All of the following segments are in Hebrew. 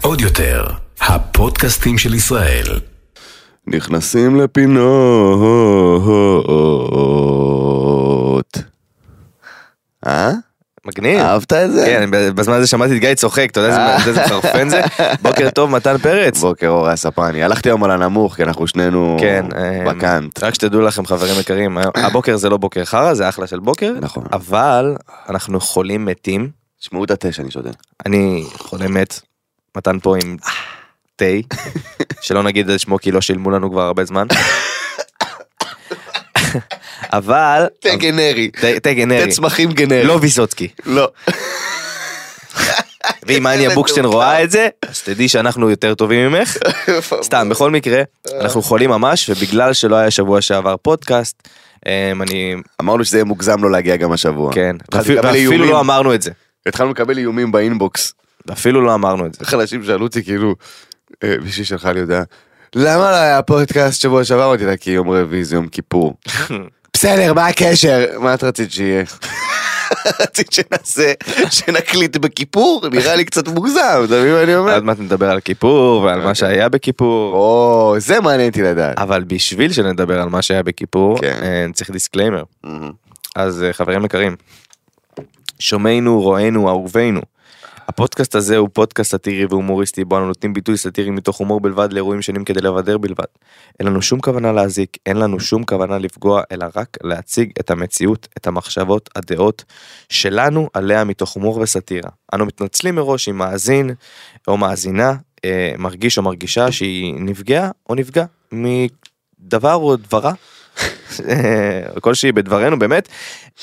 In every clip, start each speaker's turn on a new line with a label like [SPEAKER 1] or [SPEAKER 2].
[SPEAKER 1] עוד יותר, הפודקאסטים של ישראל.
[SPEAKER 2] נכנסים לפינות. אה? אה.
[SPEAKER 3] מגניב.
[SPEAKER 2] אהבת את זה?
[SPEAKER 3] כן, בזמן הזה שמעתי את גיא צוחק, אתה יודע איזה- איזה חרפן זה? בוקר טוב, מתן פרץ.
[SPEAKER 2] בוקר אור הספני. הלכתי היום על הנמוך, כי אנחנו שנינו
[SPEAKER 3] כן, אה,
[SPEAKER 2] בקאנט.
[SPEAKER 3] רק שתדעו לכם חברים יקרים, הבוקר זה לא בוקר חרא, זה אחלה של בוקר,
[SPEAKER 2] נכון.
[SPEAKER 3] אבל אנחנו חולים מתים,
[SPEAKER 2] תשמעו את התה שאני שותה.
[SPEAKER 3] אני חולה מת, מתן פה עם תה, שלא נגיד את שמו כי לא שילמו לנו כבר הרבה זמן. אבל...
[SPEAKER 2] תה גנרי.
[SPEAKER 3] תה- תה גנרי.
[SPEAKER 2] תה צמחים גנרי.
[SPEAKER 3] לא ויסוצקי.
[SPEAKER 2] לא. כן,
[SPEAKER 3] ואם אניה בוקשטיין רואה את זה, אז תדעי שאנחנו יותר טובים ממך. סתם, בכל מקרה, אנחנו חולים ממש, ובגלל שלא היה שבוע שעבר פודקאסט, אמ, אני...
[SPEAKER 2] אמרנו שזה יהיה מוגזם לא להגיע נכון. גם השבוע.
[SPEAKER 3] כן.
[SPEAKER 2] התחלתי
[SPEAKER 3] ואפילו-
[SPEAKER 2] לקבל
[SPEAKER 3] ואפילו
[SPEAKER 2] איומים.
[SPEAKER 3] לא אמרנו את זה.
[SPEAKER 2] התחלנו לקבל איומים באינבוקס.
[SPEAKER 3] אפילו לא אמרנו את זה.
[SPEAKER 2] איך אנשים שאלו אותי כאילו, אה, מישהי שלחה לי הודעה, למה לא היה פודקאסט שבוע שעבר? אמרתי לה, כי יום רביעי זה יום כיפור. בסדר, מה הקשר? מה את רצית שיהיה? רצית שנעשה, שנקליט בכיפור? נראה לי קצת מוגזם, אתה מבין מה אני אומר?
[SPEAKER 3] עוד מעט נדבר על כיפור ועל
[SPEAKER 2] אוקיי.
[SPEAKER 3] מה שהיה בכיפור,
[SPEAKER 2] או, זה מעניין אותי לדעת.
[SPEAKER 3] אבל בשביל שנדבר על מה שהיה בכיפור,
[SPEAKER 2] כן.
[SPEAKER 3] אה, צריך דיסקליימר. אז אה, חברים יקרים, שומעינו, רואינו, אהובינו. הפודקאסט הזה הוא פודקאסט סאטירי והומוריסטי, בו אנו נותנים ביטוי סאטירי מתוך הומור בלבד לאירועים שונים כדי לבדר בלבד. אין לנו שום כוונה להזיק, אין לנו שום כוונה לפגוע, אלא רק להציג את המציאות, את המחשבות, הדעות שלנו עליה מתוך הומור וסאטירה. אנו מתנצלים מראש אם מאזין או מאזינה אה, מרגיש או מרגישה שהיא נפגעה או נפגע מדבר או דברה. אה, כלשהי בדברינו באמת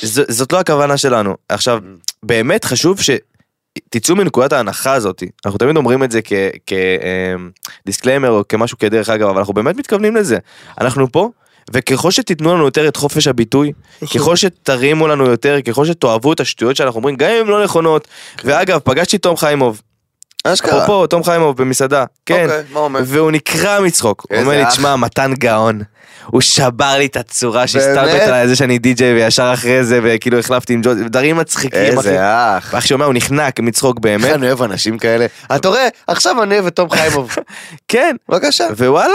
[SPEAKER 3] ז- זאת לא הכוונה שלנו עכשיו באמת חשוב שתצאו מנקודת ההנחה הזאת אנחנו תמיד אומרים את זה כדיסקליימר או כמשהו כדרך אגב אבל אנחנו באמת מתכוונים לזה אנחנו פה. וככל שתיתנו לנו יותר את חופש הביטוי, ככל שתרימו לנו יותר, ככל שתאהבו את השטויות שאנחנו אומרים, גם אם הן לא נכונות. ואגב, פגשתי תום חיימוב, אפרופו תום חיימוב במסעדה, כן,
[SPEAKER 2] אוקיי, מה אומר?
[SPEAKER 3] והוא נקרע מצחוק, הוא
[SPEAKER 2] איזה
[SPEAKER 3] אומר לי,
[SPEAKER 2] אח.
[SPEAKER 3] תשמע, מתן גאון, הוא שבר לי את הצורה שהסתלבט
[SPEAKER 2] באמת?
[SPEAKER 3] עליי, זה שאני די-ג'יי וישר אחרי זה, וכאילו החלפתי עם ג'וז, דברים מצחיקים, אחי.
[SPEAKER 2] איזה אח.
[SPEAKER 3] ואח שאומר, הוא נחנק מצחוק
[SPEAKER 2] איך
[SPEAKER 3] באמת,
[SPEAKER 2] אני אוהב אנשים כאלה. אתה רואה, עכשיו אני אוהב את תום חיימוב.
[SPEAKER 3] כן,
[SPEAKER 2] בבקשה.
[SPEAKER 3] ווואלה,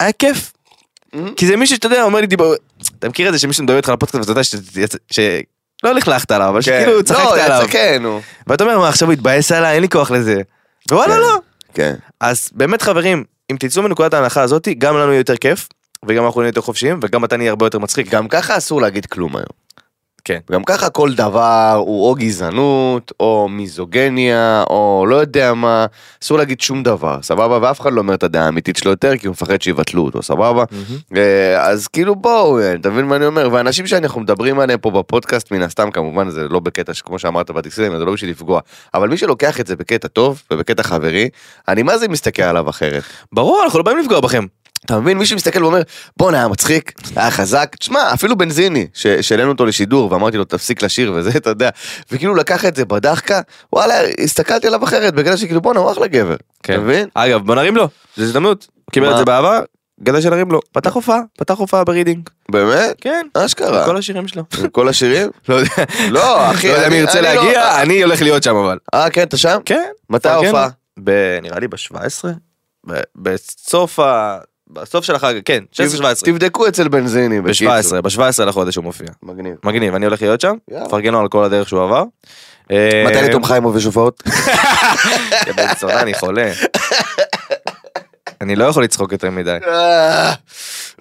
[SPEAKER 3] היה כיף.
[SPEAKER 2] Mhm.
[SPEAKER 3] כי זה מישהו שאתה יודע, אומר לי, דיבר, אתה מכיר את זה שמישהו מדבר איתך על הפודקאסט ואתה יודע ש- ש... שלא לכלכת עליו, אבל
[SPEAKER 2] כאילו,
[SPEAKER 3] שכאילו צחקת עליו,
[SPEAKER 2] כן, נו.
[SPEAKER 3] ואתה אומר, מה עכשיו הוא התבאס עליי, אין לי כוח לזה, ווואלה
[SPEAKER 2] כן.
[SPEAKER 3] לא.
[SPEAKER 2] כן.
[SPEAKER 3] אז באמת חברים, אם תצאו מנקודת ההנחה הזאת, גם לנו יהיה יותר כיף, וגם אנחנו נהיה יותר חופשיים, וגם אתה נהיה הרבה יותר מצחיק.
[SPEAKER 2] גם ככה אסור להגיד כלום היום.
[SPEAKER 3] כן.
[SPEAKER 2] גם ככה כל דבר הוא או גזענות, או מיזוגניה, או לא יודע מה, אסור להגיד שום דבר, סבבה? ואף אחד לא אומר את הדעה האמיתית שלו יותר, כי הוא מפחד שיבטלו אותו, סבבה? אה, אז כאילו בואו, אה, אתה מבין מה אני אומר? ואנשים שאנחנו מדברים עליהם פה בפודקאסט, מן הסתם כמובן זה לא בקטע שכמו שאמרת בטקסטים, זה לא בשביל לפגוע, אבל מי שלוקח את זה בקטע טוב ובקטע חברי, אני מה זה מסתכל עליו אחרת.
[SPEAKER 3] ברור, אנחנו לא באים לפגוע בכם.
[SPEAKER 2] אתה מבין? מישהו מסתכל ואומר, בואנה, היה מצחיק, היה חזק. תשמע, אפילו בנזיני, ש- שהעלינו אותו לשידור, ואמרתי לו, תפסיק לשיר וזה, אתה יודע. וכאילו לקח את זה בדחקה, וואלה, הסתכלתי עליו אחרת, בגלל שכאילו, בואנה, הוא אחלה גבר.
[SPEAKER 3] כן.
[SPEAKER 2] אתה מבין?
[SPEAKER 3] אגב, בוא נרים לו, זו הזדמנות. הוא קיבל
[SPEAKER 2] מה?
[SPEAKER 3] את זה בעבר, גדל שנרים לו. פתח הופעה, פתח הופעה ברידינג.
[SPEAKER 2] באמת?
[SPEAKER 3] כן.
[SPEAKER 2] אשכרה.
[SPEAKER 3] כל השירים שלו.
[SPEAKER 2] עם כל השירים?
[SPEAKER 3] לא יודע,
[SPEAKER 2] לא, אחי,
[SPEAKER 3] לא יודע
[SPEAKER 2] אני-
[SPEAKER 3] מי ירצה
[SPEAKER 2] אני לא-
[SPEAKER 3] להגיע, אני הולך להיות שם אבל.
[SPEAKER 2] אה, כן, אתה שם?
[SPEAKER 3] כן.
[SPEAKER 2] מתי ההופעה?
[SPEAKER 3] ב- נראה לי ב-17? בסוף ה... בסוף של החג, כן, 16-17.
[SPEAKER 2] תבדקו אצל בנזיני, בקיצור.
[SPEAKER 3] ב-17, ב-17 לחודש הוא מופיע.
[SPEAKER 2] מגניב.
[SPEAKER 3] מגניב, אני הולך להיות שם,
[SPEAKER 2] יאללה.
[SPEAKER 3] מפרגן לו על כל הדרך שהוא עבר. אה,
[SPEAKER 2] מתי לתום חיימוב יש הופעות?
[SPEAKER 3] יא בן זונה, כן, אני חולה. אני לא יכול לצחוק יותר מדי.
[SPEAKER 2] אה,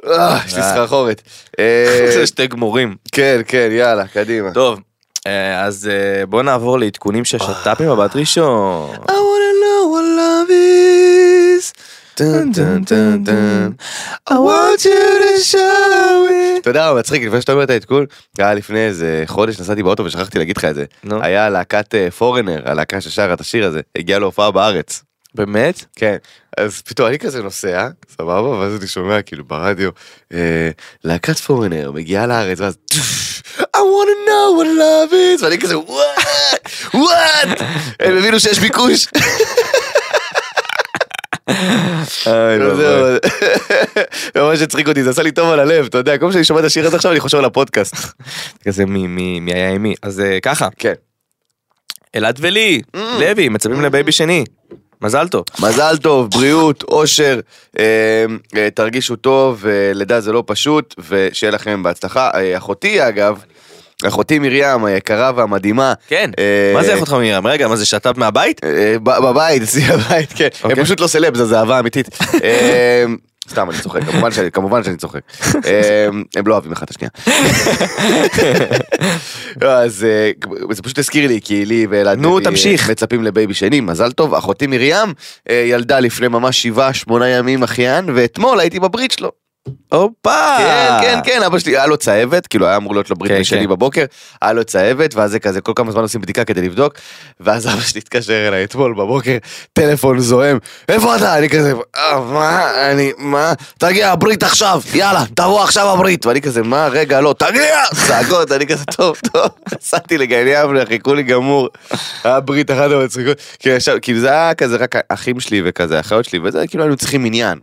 [SPEAKER 2] אה, יש לי
[SPEAKER 3] אה.
[SPEAKER 2] סחרחורת. אה,
[SPEAKER 3] זה שתי גמורים.
[SPEAKER 2] כן, כן, יאללה, קדימה.
[SPEAKER 3] טוב, אה, אז אה, בוא נעבור לעדכונים של שת"פ מבט ראשון.
[SPEAKER 2] I wanna know what love is. טן, טן, טן, טן. I want you to show me. אתה יודע מה מצחיק, לפני שאתה אומר את העדכון, היה לפני איזה חודש נסעתי באוטו ושכחתי להגיד לך את זה.
[SPEAKER 3] נו.
[SPEAKER 2] היה להקת פורנר, הלהקה ששרה את השיר הזה, הגיעה להופעה בארץ.
[SPEAKER 3] באמת?
[SPEAKER 2] כן, אז פתאום אני כזה נוסע, סבבה, ואז אני שומע כאילו ברדיו, אה, להקת פורנר מגיעה לארץ, ואז I wanna know what love is, ואני כזה וואט, וואט, הם הבינו שיש ביקוש.
[SPEAKER 3] לא,
[SPEAKER 2] זהו, ממש הצחיק אותי, זה עשה לי טוב על הלב, אתה יודע, כל פעם שאני שומע את השיר הזה עכשיו אני חושב על הפודקאסט.
[SPEAKER 3] כזה מי מי- מי היה עם מי. אז אה, ככה,
[SPEAKER 2] כן.
[SPEAKER 3] אלעד ולי, לוי,
[SPEAKER 2] Mm.
[SPEAKER 3] מצפים לבייבי שני. מזל טוב.
[SPEAKER 2] מזל טוב, בריאות, אושר, אה, אה, תרגישו טוב, אה, לידה זה לא פשוט, ושיהיה לכם בהצלחה. אה, אחותי אגב, אחותי מרים היקרה והמדהימה.
[SPEAKER 3] כן,
[SPEAKER 2] אה,
[SPEAKER 3] מה זה איך אותך מרים? רגע, מה זה שת"פ מהבית?
[SPEAKER 2] אה, ב- בבית, אצלי בבית, כן.
[SPEAKER 3] אוקיי.
[SPEAKER 2] הם פשוט לא סלב, זו אהבה אמיתית. אה, סתם, אני צוחק, כמובן שאני- כמובן שאני צוחק. אה, הם לא אוהבים אחד את השנייה. לא, אז אה, זה פשוט הזכיר לי, כי לי ואלעד
[SPEAKER 3] נו,
[SPEAKER 2] לוי, אה,
[SPEAKER 3] תמשיך.
[SPEAKER 2] מצפים לבייבי שני, מזל טוב, אחותי מרים אה, ילדה לפני ממש שבעה, שמונה ימים אחיין, ואתמול הייתי בברית שלו.
[SPEAKER 3] הופה!
[SPEAKER 2] כן, כן, כן, אבא שלי, היה לו צהבת, כאילו היה אמור להיות לו ברית
[SPEAKER 3] כן,
[SPEAKER 2] משלי
[SPEAKER 3] כן.
[SPEAKER 2] בבוקר, היה לו צהבת, ואז זה כזה, כל כמה זמן עושים בדיקה כדי לבדוק, ואז אבא שלי התקשר אליי אתמול בבוקר, טלפון זועם, איפה אתה? אני כזה, "אה, מה, אני, מה, תגיע הברית עכשיו, יאללה, תבוא עכשיו הברית, ואני כזה, מה, רגע, לא, תגיע! צעקות, אני כזה, טוב, טוב, נסעתי לגן יבנה, חיכו לי גמור, היה ברית אחת המצחיקות, כאילו, ישב- כאילו זה היה כזה רק אחים שלי וכזה, אחיות שלי, וזה, כאילו היינו צריכים עניין.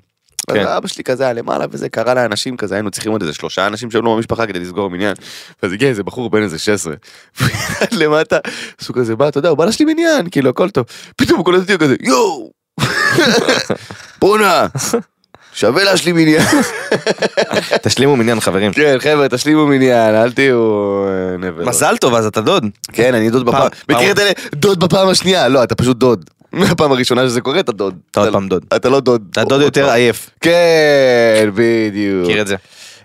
[SPEAKER 2] אז
[SPEAKER 3] כן.
[SPEAKER 2] אבא שלי כזה היה למעלה וזה קרה לאנשים כזה היינו צריכים עוד איזה שלושה אנשים שהיו לו במשפחה כדי לסגור מניין. ואז הגיע איזה בחור בן איזה 16. והוא ירד למטה, אז הוא כזה בא אתה יודע הוא בא להשלים מניין כאילו הכל טוב. פתאום הוא קולט אותי הוא כזה יואו. בואנה. שווה להשלים מניין.
[SPEAKER 3] תשלימו מניין חברים.
[SPEAKER 2] כן חבר'ה תשלימו מניין אל תהיו אה, נבל.
[SPEAKER 3] מזל טוב, אז אתה דוד.
[SPEAKER 2] כן אני דוד
[SPEAKER 3] פעם-
[SPEAKER 2] בפעם.
[SPEAKER 3] פעם-
[SPEAKER 2] מכיר את אלה דוד בפעם השנייה לא אתה פשוט דוד. מהפעם הראשונה שזה קורה אתה דוד.
[SPEAKER 3] אתה עוד פעם דוד.
[SPEAKER 2] אתה לא דוד.
[SPEAKER 3] אתה דוד
[SPEAKER 2] עוד
[SPEAKER 3] יותר
[SPEAKER 2] פעם.
[SPEAKER 3] עייף.
[SPEAKER 2] כן בדיוק.
[SPEAKER 3] מכיר את זה.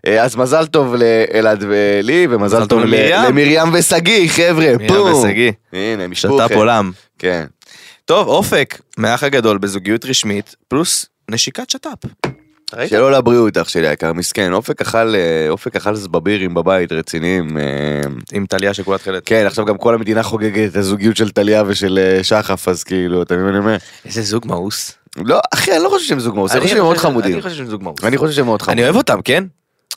[SPEAKER 2] אה, אז מזל טוב לאלעד ולי, ומזל
[SPEAKER 3] מזל
[SPEAKER 2] טוב
[SPEAKER 3] טוב
[SPEAKER 2] ל-
[SPEAKER 3] למרים.
[SPEAKER 2] למרים ושגיא, חבר'ה,
[SPEAKER 3] מרים
[SPEAKER 2] פום.
[SPEAKER 3] ושגיא.
[SPEAKER 2] הנה, הם ישבו,
[SPEAKER 3] שת"פ
[SPEAKER 2] כן.
[SPEAKER 3] עולם.
[SPEAKER 2] כן.
[SPEAKER 3] טוב, אופק, מהאח הגדול בזוגיות רשמית, פלוס נשיקת שת"פ. ראית?
[SPEAKER 2] שלא לבריאות, אח שלי היקר, מסכן. אופק אכל, אה, אופק אכל זבבירים בבית, רציניים. אה,
[SPEAKER 3] עם טליה שכולה תחילת.
[SPEAKER 2] כן, עכשיו גם כל המדינה חוגגת את הזוגיות של טליה ושל אה, שחף, אז כאילו, אתה מבין מה אני אומר?
[SPEAKER 3] איזה זוג מאוס.
[SPEAKER 2] לא, אחי, אני לא חושב שהם זוג מאוס, אני חושב שהם מאוד חמודים.
[SPEAKER 3] אני חושב שהם זוג מאוס.
[SPEAKER 2] אני חושב שהם מאוד חמודים.
[SPEAKER 3] אני אוהב אותם, כן?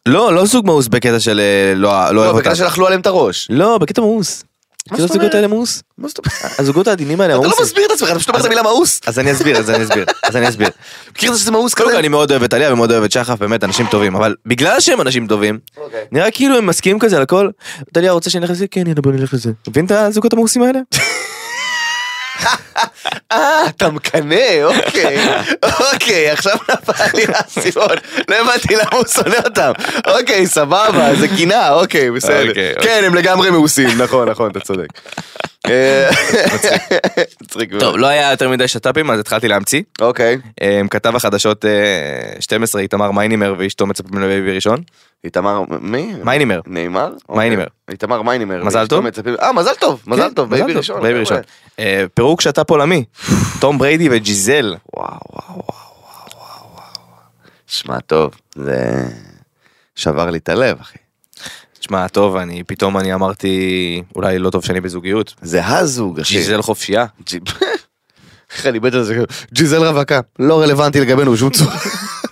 [SPEAKER 3] לא, לא זוג מאוס בקטע של אה, לא לא אוהב
[SPEAKER 2] לא,
[SPEAKER 3] אותם.
[SPEAKER 2] בגלל שאכלו עליהם את הראש.
[SPEAKER 3] לא, בקטע מאוס.
[SPEAKER 2] מה
[SPEAKER 3] כאילו
[SPEAKER 2] זאת אומרת?
[SPEAKER 3] הזוגות האלה מאוס.
[SPEAKER 2] מה זאת אומרת?
[SPEAKER 3] הזוגות העדינים האלה
[SPEAKER 2] אתה לא
[SPEAKER 3] מאוס.
[SPEAKER 2] מסביר את עצמך, אתה פשוט אומר את המילה מאוס.
[SPEAKER 3] אז אני אסביר, אז אני אסביר, אז אני אסביר.
[SPEAKER 2] מכיר את זה שזה מאוס
[SPEAKER 3] קודם כל
[SPEAKER 2] כזה?
[SPEAKER 3] אני מאוד אוהב את טליה ומאוד אוהב את שחף, באמת אנשים טובים, אבל בגלל שהם אנשים טובים,
[SPEAKER 2] אוקיי.
[SPEAKER 3] נראה כאילו הם מסכימים כזה על הכל, טליה רוצה שנלך לזה? כן, הנה בוא נלך לזה. מבין את הזוגות המאוסים האלה?
[SPEAKER 2] אה, אתה מקנא, אוקיי. אוקיי, עכשיו נפל לי האסימון. לא הבנתי למה הוא שונא אותם. אוקיי, סבבה, זה קינה, אוקיי, בסדר.
[SPEAKER 3] אוקיי, אוקיי.
[SPEAKER 2] כן, הם לגמרי מאוסים, נכון, נכון, אתה צודק. אה, מצחיק. מאוד.
[SPEAKER 3] טוב, לא היה יותר מדי שת"פים, אז התחלתי להמציא.
[SPEAKER 2] אוקיי.
[SPEAKER 3] אמ, כתב החדשות אה, 12, איתמר מיינמר ואשתו מצפים לבייבי ראשון.
[SPEAKER 2] איתמר, מי?
[SPEAKER 3] מיינמר.
[SPEAKER 2] נאמר?
[SPEAKER 3] מיינימר.
[SPEAKER 2] אוקיי. איתמר מיינימר.
[SPEAKER 3] מזל
[SPEAKER 2] ואשתו
[SPEAKER 3] טוב?
[SPEAKER 2] מצפים- אה, מזל טוב, מזל
[SPEAKER 3] כן,
[SPEAKER 2] טוב, בייבי ראשון.
[SPEAKER 3] בייבי ראשון.
[SPEAKER 2] חבר'ה.
[SPEAKER 3] אה, פירוק שת"פ עולמי. תום בריידי וג'יזל.
[SPEAKER 2] וואו, וואו, וואו, וואו, וואו. שמע טוב, זה שבר לי את הלב, אחי.
[SPEAKER 3] תשמע, טוב, אני פתאום אני אמרתי, אולי לא טוב שאני בזוגיות.
[SPEAKER 2] זה הזוג, אחי.
[SPEAKER 3] ג'יזל חופשייה.
[SPEAKER 2] ג'יפ. איך אני מת על זה, כאילו, ג'יזל רווקה, לא רלוונטי לגבינו בשום צורה,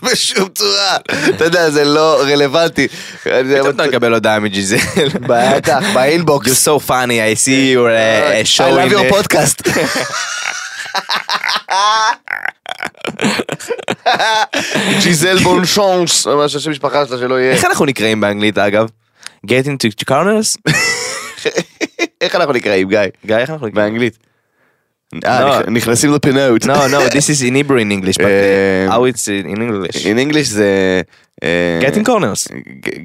[SPEAKER 2] בשום צורה, אתה יודע, זה לא רלוונטי. זה-
[SPEAKER 3] פתאום אתה מקבל הודעה מג'יזל.
[SPEAKER 2] בטח, באינבוקס.
[SPEAKER 3] You're so funny, I see your uh,
[SPEAKER 2] I
[SPEAKER 3] show
[SPEAKER 2] love
[SPEAKER 3] in
[SPEAKER 2] your
[SPEAKER 3] the-
[SPEAKER 2] podcast. ג'יזל בונשונס, ממש השם משפחה שלה שלא יהיה.
[SPEAKER 3] איך אנחנו נקראים באנגלית אגב? Get into corners?
[SPEAKER 2] איך אנחנו נקראים, גיא?
[SPEAKER 3] גיא, איך אנחנו נקראים?
[SPEAKER 2] באנגלית. אה,
[SPEAKER 3] לא.
[SPEAKER 2] נכ- נכנסים לפינות.
[SPEAKER 3] No, no, this is in Hebrew in English, but
[SPEAKER 2] אה,
[SPEAKER 3] uh, how it's in in English.
[SPEAKER 2] In English זה... אה,
[SPEAKER 3] Getting corners.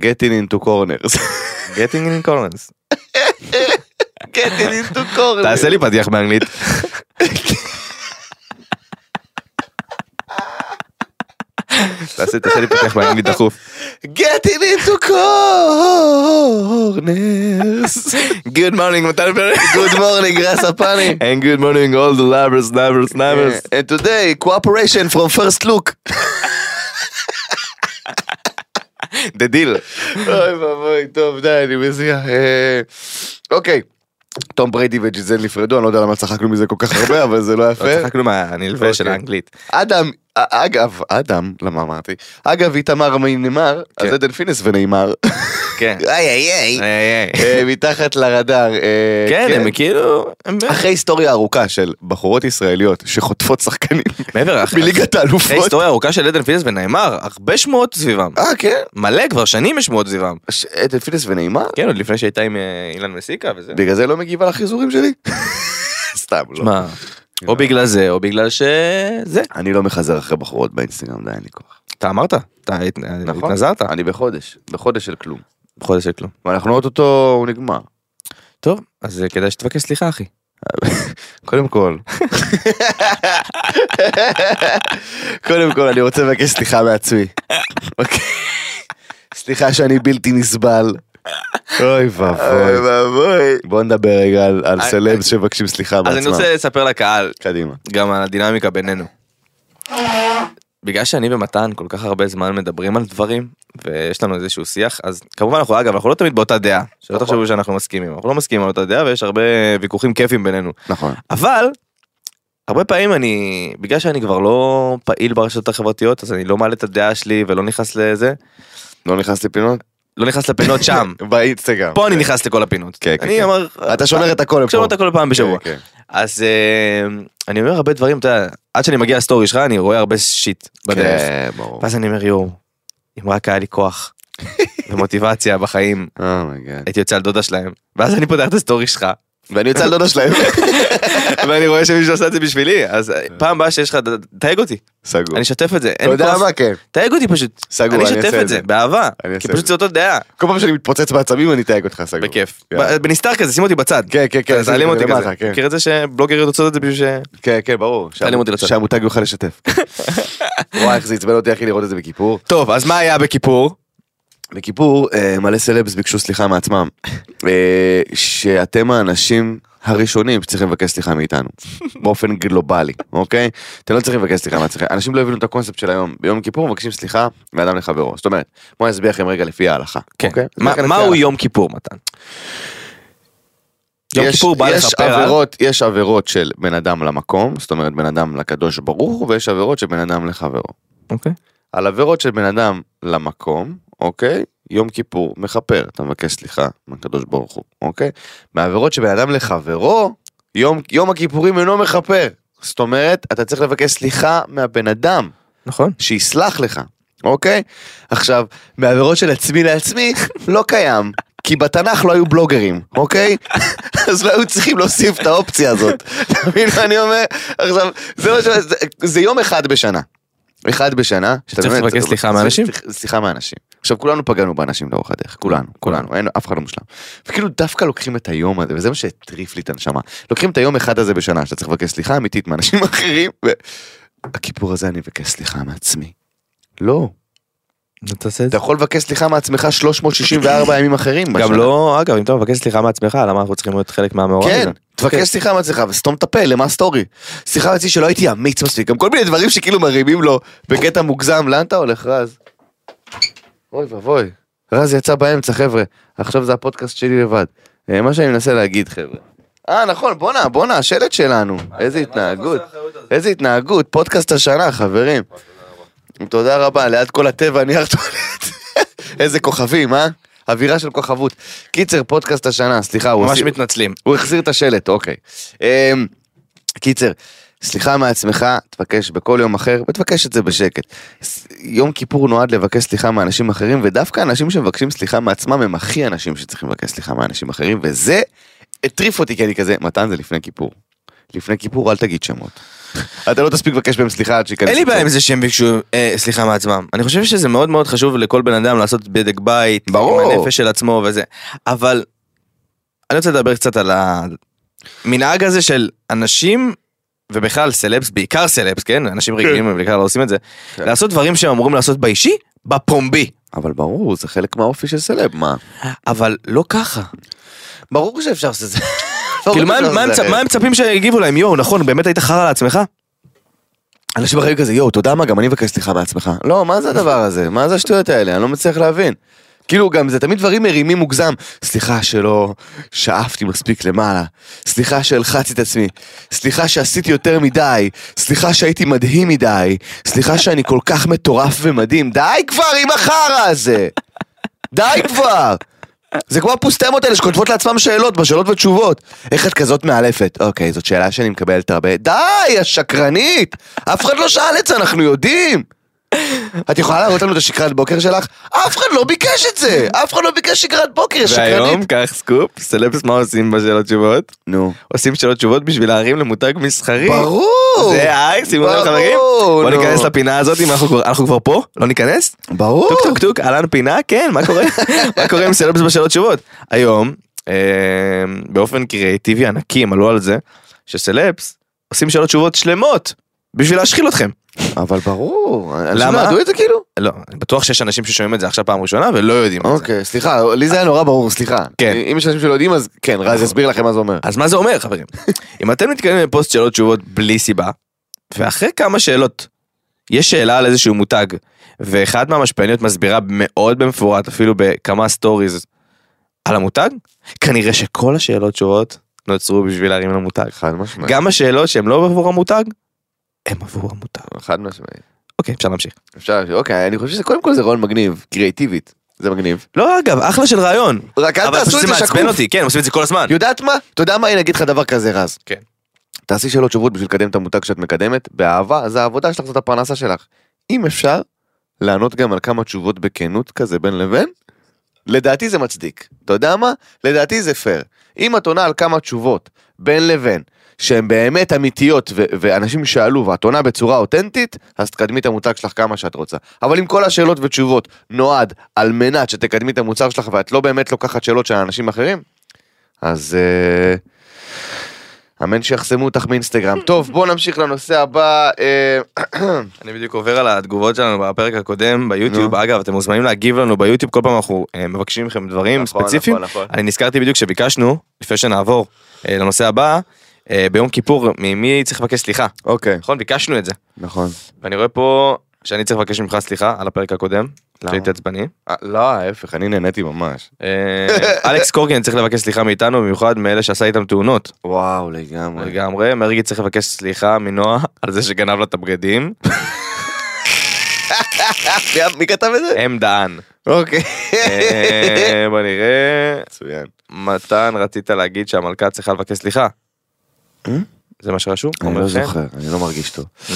[SPEAKER 2] Getting into corners. אה,
[SPEAKER 3] Getting in corners.
[SPEAKER 2] Getting into corners.
[SPEAKER 3] תעשה לי פתיח באנגלית. תעשה תעשה לי פתיח באנגלית דחוף.
[SPEAKER 2] Getting into Oh, corners.
[SPEAKER 3] Good morning, מתן פרק.
[SPEAKER 2] Good morning, גראס הפאני. אה,
[SPEAKER 3] And good morning all the lovers, lovers, lovers.
[SPEAKER 2] And today, cooperation from first look.
[SPEAKER 3] The deal.
[SPEAKER 2] אוי ואבוי, טוב, די, אני מזיע. אה, אוקיי. תום בריידי וג'יזל נפרדו, אני לא יודע למה צחקנו מזה כל כך הרבה, אבל זה לא
[SPEAKER 3] לא
[SPEAKER 2] יפה.
[SPEAKER 3] צחקנו מהנלווה של
[SPEAKER 2] אוקיי.
[SPEAKER 3] האנגלית.
[SPEAKER 2] אדם, א- אגב, אדם, למה אמרתי? אגב, איתמר מנאמר, אז
[SPEAKER 3] כן.
[SPEAKER 2] עדן פינס ונאמר.
[SPEAKER 3] כן.
[SPEAKER 2] איי איי איי.
[SPEAKER 3] איי, איי.
[SPEAKER 2] אה, מתחת לרדאר. אה,
[SPEAKER 3] כן, הם כאילו... הם-
[SPEAKER 2] אחרי היסטוריה ארוכה של בחורות ישראליות שחוטפות שחקנים
[SPEAKER 3] מעבר לאחרי-
[SPEAKER 2] מליגת
[SPEAKER 3] אחרי
[SPEAKER 2] האלופות.
[SPEAKER 3] היסטוריה ארוכה של עדן פילס ונאמר, הרבה שמועות סביבם.
[SPEAKER 2] אה, כן?
[SPEAKER 3] מלא, כבר שנים יש שמועות סביבם.
[SPEAKER 2] ש- עדן פינס ונעימה?
[SPEAKER 3] כן, עוד לפני שהייתה עם אה, אילן מסיקה וזה.
[SPEAKER 2] בגלל זה לא מגיבה לחיזורים שלי? סתם, לא.
[SPEAKER 3] שמע, או בגלל זה, או בגלל שזה.
[SPEAKER 2] אני לא מחזר אחרי בחורות באינסטגרם, די, אין לי כוח.
[SPEAKER 3] אתה אמרת, אתה הת-
[SPEAKER 2] נכון.
[SPEAKER 3] התנזרת.
[SPEAKER 2] אני בחודש, בחודש של כלום.
[SPEAKER 3] חודש של כלום.
[SPEAKER 2] ואנחנו אוטוטו, הוא נגמר.
[SPEAKER 3] טוב, אז אה, כדאי שתבקש סליחה, אחי.
[SPEAKER 2] קודם כל. קודם כל, אני רוצה לבקש סליחה מעצמי. אוקיי? סליחה שאני בלתי נסבל. אוי ואבוי.
[SPEAKER 3] ואבוי.
[SPEAKER 2] בוא נדבר רגע על- על
[SPEAKER 3] אני-
[SPEAKER 2] סלבס שמבקשים סליחה
[SPEAKER 3] אז אני
[SPEAKER 2] בעצמם.
[SPEAKER 3] רוצה לספר לקהל
[SPEAKER 2] קדימה.
[SPEAKER 3] גם על הדינמיקה בינינו. בגלל שאני ומתן כל כך הרבה זמן מדברים על דברים ויש לנו איזשהו שיח אז כמובן אנחנו אגב אנחנו לא תמיד באותה דעה שלא
[SPEAKER 2] נכון.
[SPEAKER 3] תחשבו שאנחנו מסכימים אנחנו לא מסכימים על אותה דעה ויש הרבה ויכוחים כיפים בינינו
[SPEAKER 2] נכון.
[SPEAKER 3] אבל הרבה פעמים אני בגלל שאני כבר לא פעיל ברשתות החברתיות אז אני לא מעלה את הדעה שלי ולא נכנס לזה
[SPEAKER 2] לא נכנס לפינות?
[SPEAKER 3] לא נכנס לפינות שם
[SPEAKER 2] באינסטגרם.
[SPEAKER 3] פה אני נכנס לכל הפינות
[SPEAKER 2] כן, כן,
[SPEAKER 3] אני
[SPEAKER 2] כן.
[SPEAKER 3] אמר
[SPEAKER 2] אתה שומר את הכל.
[SPEAKER 3] שומר את הכל פעם בשבוע.
[SPEAKER 2] כן, כן.
[SPEAKER 3] אז אה, אני אומר הרבה דברים, אתה יודע, עד שאני מגיע לסטורי שלך אני רואה הרבה שיט בדרך.
[SPEAKER 2] כן, ברור.
[SPEAKER 3] ואז אני אומר יואו, אם רק היה לי כוח ומוטיבציה בחיים,
[SPEAKER 2] אומייגאד.
[SPEAKER 3] הייתי יוצא על דודה שלהם. ואז אני פותח את הסטורי שלך,
[SPEAKER 2] ואני יוצא על דודה שלהם.
[SPEAKER 3] ואני רואה שמישהו עשה את זה בשבילי, אז אה, פעם הבאה שיש לך, ד- תייג אותי,
[SPEAKER 2] סגור.
[SPEAKER 3] אני אשתף את זה,
[SPEAKER 2] כן. אתה
[SPEAKER 3] אין לי
[SPEAKER 2] יודע
[SPEAKER 3] כוח,
[SPEAKER 2] מה? כן.
[SPEAKER 3] תייג אותי פשוט.
[SPEAKER 2] סגור,
[SPEAKER 3] אני
[SPEAKER 2] אני
[SPEAKER 3] אשתף
[SPEAKER 2] אעשה
[SPEAKER 3] את
[SPEAKER 2] את
[SPEAKER 3] זה,
[SPEAKER 2] זה.
[SPEAKER 3] באהבה,
[SPEAKER 2] אני אעשה
[SPEAKER 3] כי
[SPEAKER 2] את
[SPEAKER 3] פשוט
[SPEAKER 2] זה.
[SPEAKER 3] זו אותה דעה,
[SPEAKER 2] כל פעם שאני מתפוצץ בעצבים אני אתייג אותך, סגור.
[SPEAKER 3] בכיף.
[SPEAKER 2] כן.
[SPEAKER 3] ב- בנסתר כזה, שימו אותי בצד.
[SPEAKER 2] כן, כן, כן.
[SPEAKER 3] תעלים אותי
[SPEAKER 2] למטה,
[SPEAKER 3] כזה.
[SPEAKER 2] כן.
[SPEAKER 3] מכיר את זה שבלוגריות עושות את זה בשביל ש...
[SPEAKER 2] כן, כן, ברור.
[SPEAKER 3] תעלים אותי לצד.
[SPEAKER 2] שהמותג יוכל לשתף. וואי, איך זה עצבן אותי אחי לראות את זה בכיפור.
[SPEAKER 3] טוב, אז מה היה בכיפור?
[SPEAKER 2] בכיפור, אה, מלא סלבס ביקשו סליחה מעצמם. אה, שאתם האנשים הראשונים שצריכים לבקש סליחה מאיתנו. באופן גלובלי, אוקיי? אתם לא צריכים לבקש סליחה מעצמכם. אנשים לא הבינו את הקונספט של היום. ביום כיפור מבקשים סליחה מאדם לחברו. זאת אומרת, בואו אני אסביר לכם רגע לפי ההלכה. אוקיי?
[SPEAKER 3] כן. מה-
[SPEAKER 2] נסביר לכם לפי
[SPEAKER 3] מהו
[SPEAKER 2] ההלכה.
[SPEAKER 3] יום כיפור, מתן? יום
[SPEAKER 2] יש-
[SPEAKER 3] כיפור בא
[SPEAKER 2] יש
[SPEAKER 3] לכפר אה? על...
[SPEAKER 2] עבירות, יש עבירות של בן אדם למקום, זאת אומרת בן אדם לקדוש ברוך הוא, ויש עבירות של בן אדם לחברו.
[SPEAKER 3] אוקיי.
[SPEAKER 2] על עבירות של בן אדם למקום, אוקיי? יום כיפור מכפר, אתה מבקש סליחה מהקדוש ברוך הוא, אוקיי? בעבירות של בן אדם לחברו, יום, יום הכיפורים אינו מכפר. זאת אומרת, אתה צריך לבקש סליחה מהבן אדם,
[SPEAKER 3] נכון.
[SPEAKER 2] שיסלח לך, אוקיי? עכשיו, מעבירות של עצמי לעצמי, לא קיים. כי בתנ"ך לא היו בלוגרים, אוקיי? אז לא היו צריכים להוסיף את האופציה הזאת. אתה מבין מה אני אומר? עכשיו, זה מה ש... זה- זה יום אחד בשנה. אחד בשנה. שאתה
[SPEAKER 3] שצריך
[SPEAKER 2] באמת-
[SPEAKER 3] לבקש סליחה מאנשים?
[SPEAKER 2] צריך- סליחה מאנשים. עכשיו, כולנו פגענו באנשים לאורך הדרך, כולנו, כולנו, אין אף אחד לא מושלם. וכאילו דווקא לוקחים את היום הזה, וזה מה שהטריף לי את הנשמה. לוקחים את היום אחד הזה בשנה, שאתה צריך לבקש סליחה אמיתית מאנשים אחרים, והכיפור הזה אני מבקש סליחה מעצמי. לא.
[SPEAKER 3] תעשה את
[SPEAKER 2] אתה
[SPEAKER 3] זה.
[SPEAKER 2] יכול לבקש סליחה מעצמך 364 ימים אחרים בשנה.
[SPEAKER 3] גם לא, אגב, אם אתה מבקש סליחה מעצמך, למה אנחנו צריכים להיות חלק מהמאורע הזה?
[SPEAKER 2] כן, תבקש סליחה מעצמך וסתום את הפה, למה הסטורי? סליחה מעצמי שלא הייתי אמיץ מספיק, גם כל מיני דברים שכאילו מרימים לו בקטע מוגזם, לאן אתה הולך רז? אוי ואבוי, רז יצא באמצע חבר'ה, עכשיו זה הפודקאסט שלי לבד. אה, מה שאני מנסה להגיד חבר'ה. אה נכון, בואנה, בואנה, השלט שלנו, איזה התנהגות, איזה התנהגות, פודקאסט השנה חברים. אה, תודה רבה, ליד כל הטבע נייר טואלט. איזה כוכבים, אה? אווירה של כוכבות. קיצר, פודקאסט השנה, סליחה, הוא
[SPEAKER 3] ממש
[SPEAKER 2] עושה-
[SPEAKER 3] מתנצלים.
[SPEAKER 2] הוא החזיר את השלט, אוקיי. אמ, קיצר, סליחה מעצמך, תבקש בכל יום אחר, ותבקש את זה בשקט. ס- יום כיפור נועד לבקש סליחה מאנשים אחרים, ודווקא אנשים שמבקשים סליחה מעצמם הם הכי אנשים שצריכים לבקש סליחה מאנשים אחרים, וזה הטריף אותי, כי אני כזה, מתן זה לפני כיפור. לפני כיפור אל תגיד שמות. אתה לא תספיק לבקש מהם סליחה עד שייכנס.
[SPEAKER 3] אין לי בעיה עם
[SPEAKER 2] לצום.
[SPEAKER 3] זה שהם ביקשו אה, סליחה מעצמם. אני חושב שזה מאוד מאוד חשוב לכל בן אדם לעשות בדק בית,
[SPEAKER 2] ברור.
[SPEAKER 3] עם הנפש של עצמו וזה. אבל אני רוצה לדבר קצת על המנהג הזה של אנשים, ובכלל סלבס, בעיקר סלבס, כן? אנשים רגילים הם בעיקר לא עושים את זה.
[SPEAKER 2] כן.
[SPEAKER 3] לעשות דברים שהם אמורים לעשות באישי, בפומבי.
[SPEAKER 2] אבל ברור, זה חלק מהאופי של סלב, מה?
[SPEAKER 3] אבל לא ככה.
[SPEAKER 2] ברור שאפשר לעשות את זה. לא,
[SPEAKER 3] כאילו מה- מה הם צ- מה הם מצפים שיגיבו להם יואו נכון באמת היית חרא לעצמך?
[SPEAKER 2] אנשים אחרים כזה, יואו, אתה יודע מה, גם אני מבקש סליחה מעצמך. לא, מה זה הדבר הזה? מה זה השטויות האלה? אני לא מצליח להבין. כאילו גם זה תמיד דברים מרימים מוגזם. סליחה שלא שאפתי מספיק למעלה. סליחה שהלחצתי את עצמי. סליחה שעשיתי יותר מדי. סליחה שהייתי מדהים מדי. סליחה שאני כל כך מטורף ומדהים. די כבר עם החרא הזה! די כבר! זה כמו הפוסטמות האלה שכותבות לעצמם שאלות בשאלות ותשובות. איך את כזאת מאלפת? אוקיי, זאת שאלה שאני מקבלת הרבה. די, השקרנית! אף אחד לא שאל את זה, אנחנו יודעים! את יכולה להראות לנו את השקרת בוקר שלך? אף אחד לא ביקש את זה! אף אחד לא ביקש שקרת בוקר, יא שקרנית!
[SPEAKER 3] והיום, קח סקופ, סלבס מה עושים בשאלות תשובות?
[SPEAKER 2] נו.
[SPEAKER 3] עושים שאלות תשובות בשביל להרים למותג מסחרי.
[SPEAKER 2] ברור!
[SPEAKER 3] זה היי, שימו לב
[SPEAKER 2] ברור, לא.
[SPEAKER 3] חברים. בוא
[SPEAKER 2] נו.
[SPEAKER 3] ניכנס לפינה הזאת, אם אנחנו כבר- אנחנו כבר פה, לא ניכנס?
[SPEAKER 2] ברור!
[SPEAKER 3] טוק טוק טוק, אהלן פינה, כן, מה קורה? מה קורה עם סלבס בשאלות תשובות? היום, אה, באופן קריאיטיבי ענקי, הם עלו על זה, שסלבס עושים שאלות תשובות שלמות בשביל להשחיל אתכם.
[SPEAKER 2] אבל ברור. אנשים
[SPEAKER 3] למה?
[SPEAKER 2] לא ידעו את זה כאילו?
[SPEAKER 3] לא, אני בטוח שיש אנשים ששומעים את זה עכשיו פעם ראשונה ולא יודעים את זה.
[SPEAKER 2] אוקיי, סליחה, לי זה היה נורא ברור, סליחה.
[SPEAKER 3] כן.
[SPEAKER 2] אם יש אנשים שלא יודעים, אז כן, רז יסביר לכם מה זה אומר.
[SPEAKER 3] אז מה זה אומר חברים? אם אתם נתקעים לפוסט שאלות תשובות בלי סיבה, ואחרי כמה שאלות, יש שאלה על איזשהו מותג, ואחת מהמשפיעניות מסבירה מאוד במפורט, אפילו בכמה סטוריז, על המותג, כנראה שכל השאלות תשובות נוצרו בשביל להרים למותג.
[SPEAKER 2] חד משמעית.
[SPEAKER 3] גם השאלות שהן לא עבור המותג, הן עבור המותג.
[SPEAKER 2] חד משמעית.
[SPEAKER 3] אוקיי, אפשר להמשיך.
[SPEAKER 2] אפשר, אוקיי, אני חושב שקודם כל זה רעיון מגניב, קריאיטיבית. זה מגניב.
[SPEAKER 3] לא, אגב, אחלה של רעיון.
[SPEAKER 2] רק אל
[SPEAKER 3] אבל
[SPEAKER 2] תעשו
[SPEAKER 3] פשוט
[SPEAKER 2] את
[SPEAKER 3] זה
[SPEAKER 2] זה
[SPEAKER 3] מעצבן
[SPEAKER 2] שקוף.
[SPEAKER 3] אותי, כן, הם עושים את זה כל הזמן.
[SPEAKER 2] יודעת מה? אתה יודע מה? הנה, אגיד לך דבר כזה, רז.
[SPEAKER 3] כן.
[SPEAKER 2] תעשי שאלות תשובות בשביל לקדם את המותג שאת מקדמת, באהבה, זה העבודה שלך, זאת הפרנסה שלך. אם אפשר, לענות גם על כמה תשובות בכנות כזה בין לבין, לדעתי זה מצדיק. אתה יודע מה? לדעתי זה פייר. אם את עונה על כמה תשובות בין לבין, שהן באמת אמיתיות ו- ואנשים שאלו ואת עונה בצורה אותנטית, אז תקדמי את המותג שלך כמה שאת רוצה. אבל אם כל השאלות ותשובות נועד על מנת שתקדמי את המוצר שלך ואת לא באמת לוקחת שאלות של אנשים אחרים, אז אה, אמן שיחסמו אותך מאינסטגרם. טוב, בואו נמשיך לנושא הבא. אה,
[SPEAKER 3] אני בדיוק עובר על התגובות שלנו בפרק הקודם ביוטיוב.
[SPEAKER 2] נו.
[SPEAKER 3] אגב, אתם מוזמנים להגיב לנו ביוטיוב, כל פעם אנחנו אה, מבקשים מכם דברים
[SPEAKER 2] נכון,
[SPEAKER 3] ספציפיים.
[SPEAKER 2] נכון, נכון.
[SPEAKER 3] אני נזכרתי בדיוק שביקשנו, לפני שנעבור אה, לנושא הבא, אה, ביום כיפור, ממי צריך לבקש סליחה?
[SPEAKER 2] אוקיי,
[SPEAKER 3] נכון, ביקשנו את זה.
[SPEAKER 2] נכון. ואני
[SPEAKER 3] אני רואה פה שאני צריך לבקש ממך סליחה על הפרק הקודם,
[SPEAKER 2] למה?
[SPEAKER 3] שהייתי עצבני.
[SPEAKER 2] אה, לא, ההפך, אני נהניתי ממש.
[SPEAKER 3] אה, אלכס קורגן צריך לבקש סליחה מאיתנו, במיוחד מאלה שעשה איתם תאונות.
[SPEAKER 2] וואו, לגמרי.
[SPEAKER 3] לגמרי, מרגי צריך לבקש סליחה מנועה על זה שגנב לה את הבגדים.
[SPEAKER 2] מי- מי כתב את זה?
[SPEAKER 3] אם דהן.
[SPEAKER 2] אוקיי.
[SPEAKER 3] אה, בוא נראה.
[SPEAKER 2] מצוין.
[SPEAKER 3] מתן, רצית להגיד שהמלכה צריכה לבקש סליחה. זה מה שרשום?
[SPEAKER 2] אה? אני לא
[SPEAKER 3] אומר כן.
[SPEAKER 2] זוכר, אני לא מרגיש טוב.
[SPEAKER 3] אמ,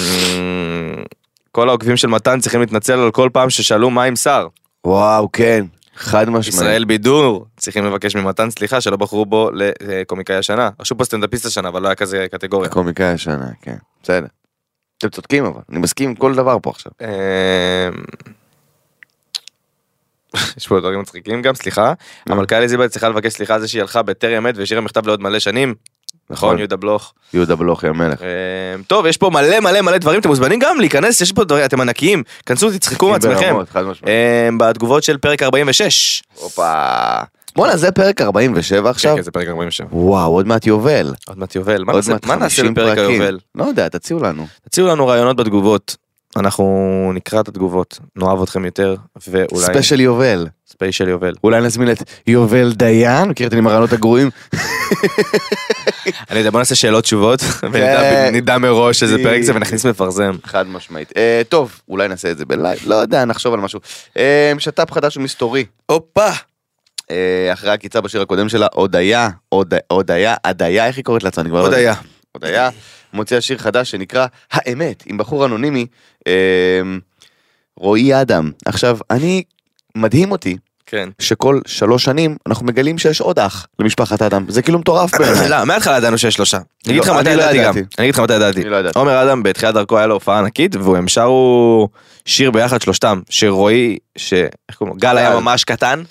[SPEAKER 3] כל העוקבים של מתן צריכים להתנצל על כל פעם ששאלו מה עם שר.
[SPEAKER 2] וואו, כן, חד משמעית.
[SPEAKER 3] ישראל בידור צריכים לבקש ממתן סליחה שלא בחרו בו לקומיקאי השנה. רשום פה סטנדאפיסט השנה, אבל לא היה כזה קטגוריה.
[SPEAKER 2] קומיקאי השנה, כן. בסדר. אתם צודקים אבל, אני מסכים עם כל דבר פה עכשיו.
[SPEAKER 3] אמ, יש פה דברים מצחיקים גם, סליחה. המלכה אליזבת צריכה לבקש סליחה על זה שהיא הלכה בטרם עת והשאירה מכתב לעוד מלא שנים. נכון,
[SPEAKER 2] נכון.
[SPEAKER 3] יהודה בלוך.
[SPEAKER 2] יהודה בלוך יא מלך.
[SPEAKER 3] אמ, טוב, יש פה מלא מלא מלא דברים, אתם מוזמנים גם להיכנס, יש פה דברים, אתם ענקיים, כנסו, תצחקו מעצמכם.
[SPEAKER 2] כן, ברמות, חד משמעית.
[SPEAKER 3] אמ, בתגובות של פרק 46.
[SPEAKER 2] הופה. בואנה, זה פרק 47 עכשיו?
[SPEAKER 3] כן, כן, זה פרק 47.
[SPEAKER 2] וואו, עוד מעט יובל.
[SPEAKER 3] עוד מעט יובל, מה
[SPEAKER 2] עוד
[SPEAKER 3] נעשה-
[SPEAKER 2] מעט
[SPEAKER 3] מה נעשה
[SPEAKER 2] 50
[SPEAKER 3] בפרק
[SPEAKER 2] פרקים.
[SPEAKER 3] היובל?
[SPEAKER 2] לא יודע, תציעו לנו.
[SPEAKER 3] תציעו לנו רעיונות בתגובות, אנחנו נקרא את התגובות, נאהב אתכם יותר, ואולי
[SPEAKER 2] ספיישל יובל.
[SPEAKER 3] ספיישל יובל.
[SPEAKER 2] אולי נזמין את יובל דיין, מכיר את המרעיונות הגרועים?
[SPEAKER 3] אני יודע, בוא נעשה שאלות תשובות, ונדע
[SPEAKER 2] כן.
[SPEAKER 3] נדע מראש איזה פרק זה
[SPEAKER 2] בדיוק.
[SPEAKER 3] ונכניס מפרזם.
[SPEAKER 2] חד משמעית. אה, טוב, אולי נעשה את זה בלייב, לא יודע, נחשוב על משהו. אה, שת"פ חדש ומסתורי.
[SPEAKER 3] הופה!
[SPEAKER 2] אה, אחרי העקיצה בשיר הקודם שלה, הודיה, הוד- הודיה, הדיה, איך היא קוראת לעצמה? אני כבר לא יודע.
[SPEAKER 3] הודיה.
[SPEAKER 2] הודיה, מוציאה שיר חדש שנקרא האמת, עם בחור אנונימי, אה, רועי אדם. עכשיו, אני, מדהים אותי
[SPEAKER 3] כן.
[SPEAKER 2] שכל שלוש שנים אנחנו מגלים שיש עוד אח למשפחת אדם, זה כאילו מטורף בעיניי.
[SPEAKER 3] לא, מההתחלה ידענו שיש שלושה. אני אגיד לך
[SPEAKER 2] לא,
[SPEAKER 3] מתי
[SPEAKER 2] אני לא
[SPEAKER 3] ידעתי גם.
[SPEAKER 2] ידעתי.
[SPEAKER 3] אני אגיד לך מתי ידעתי.
[SPEAKER 2] אני לא ידעתי.
[SPEAKER 3] עומר אדם בתחילת דרכו היה לו הופעה ענקית והם שרו שיר ביחד שלושתם שרועי ש... איך קוראים לו? גל היה
[SPEAKER 2] גל. אה.
[SPEAKER 3] ממש קטן.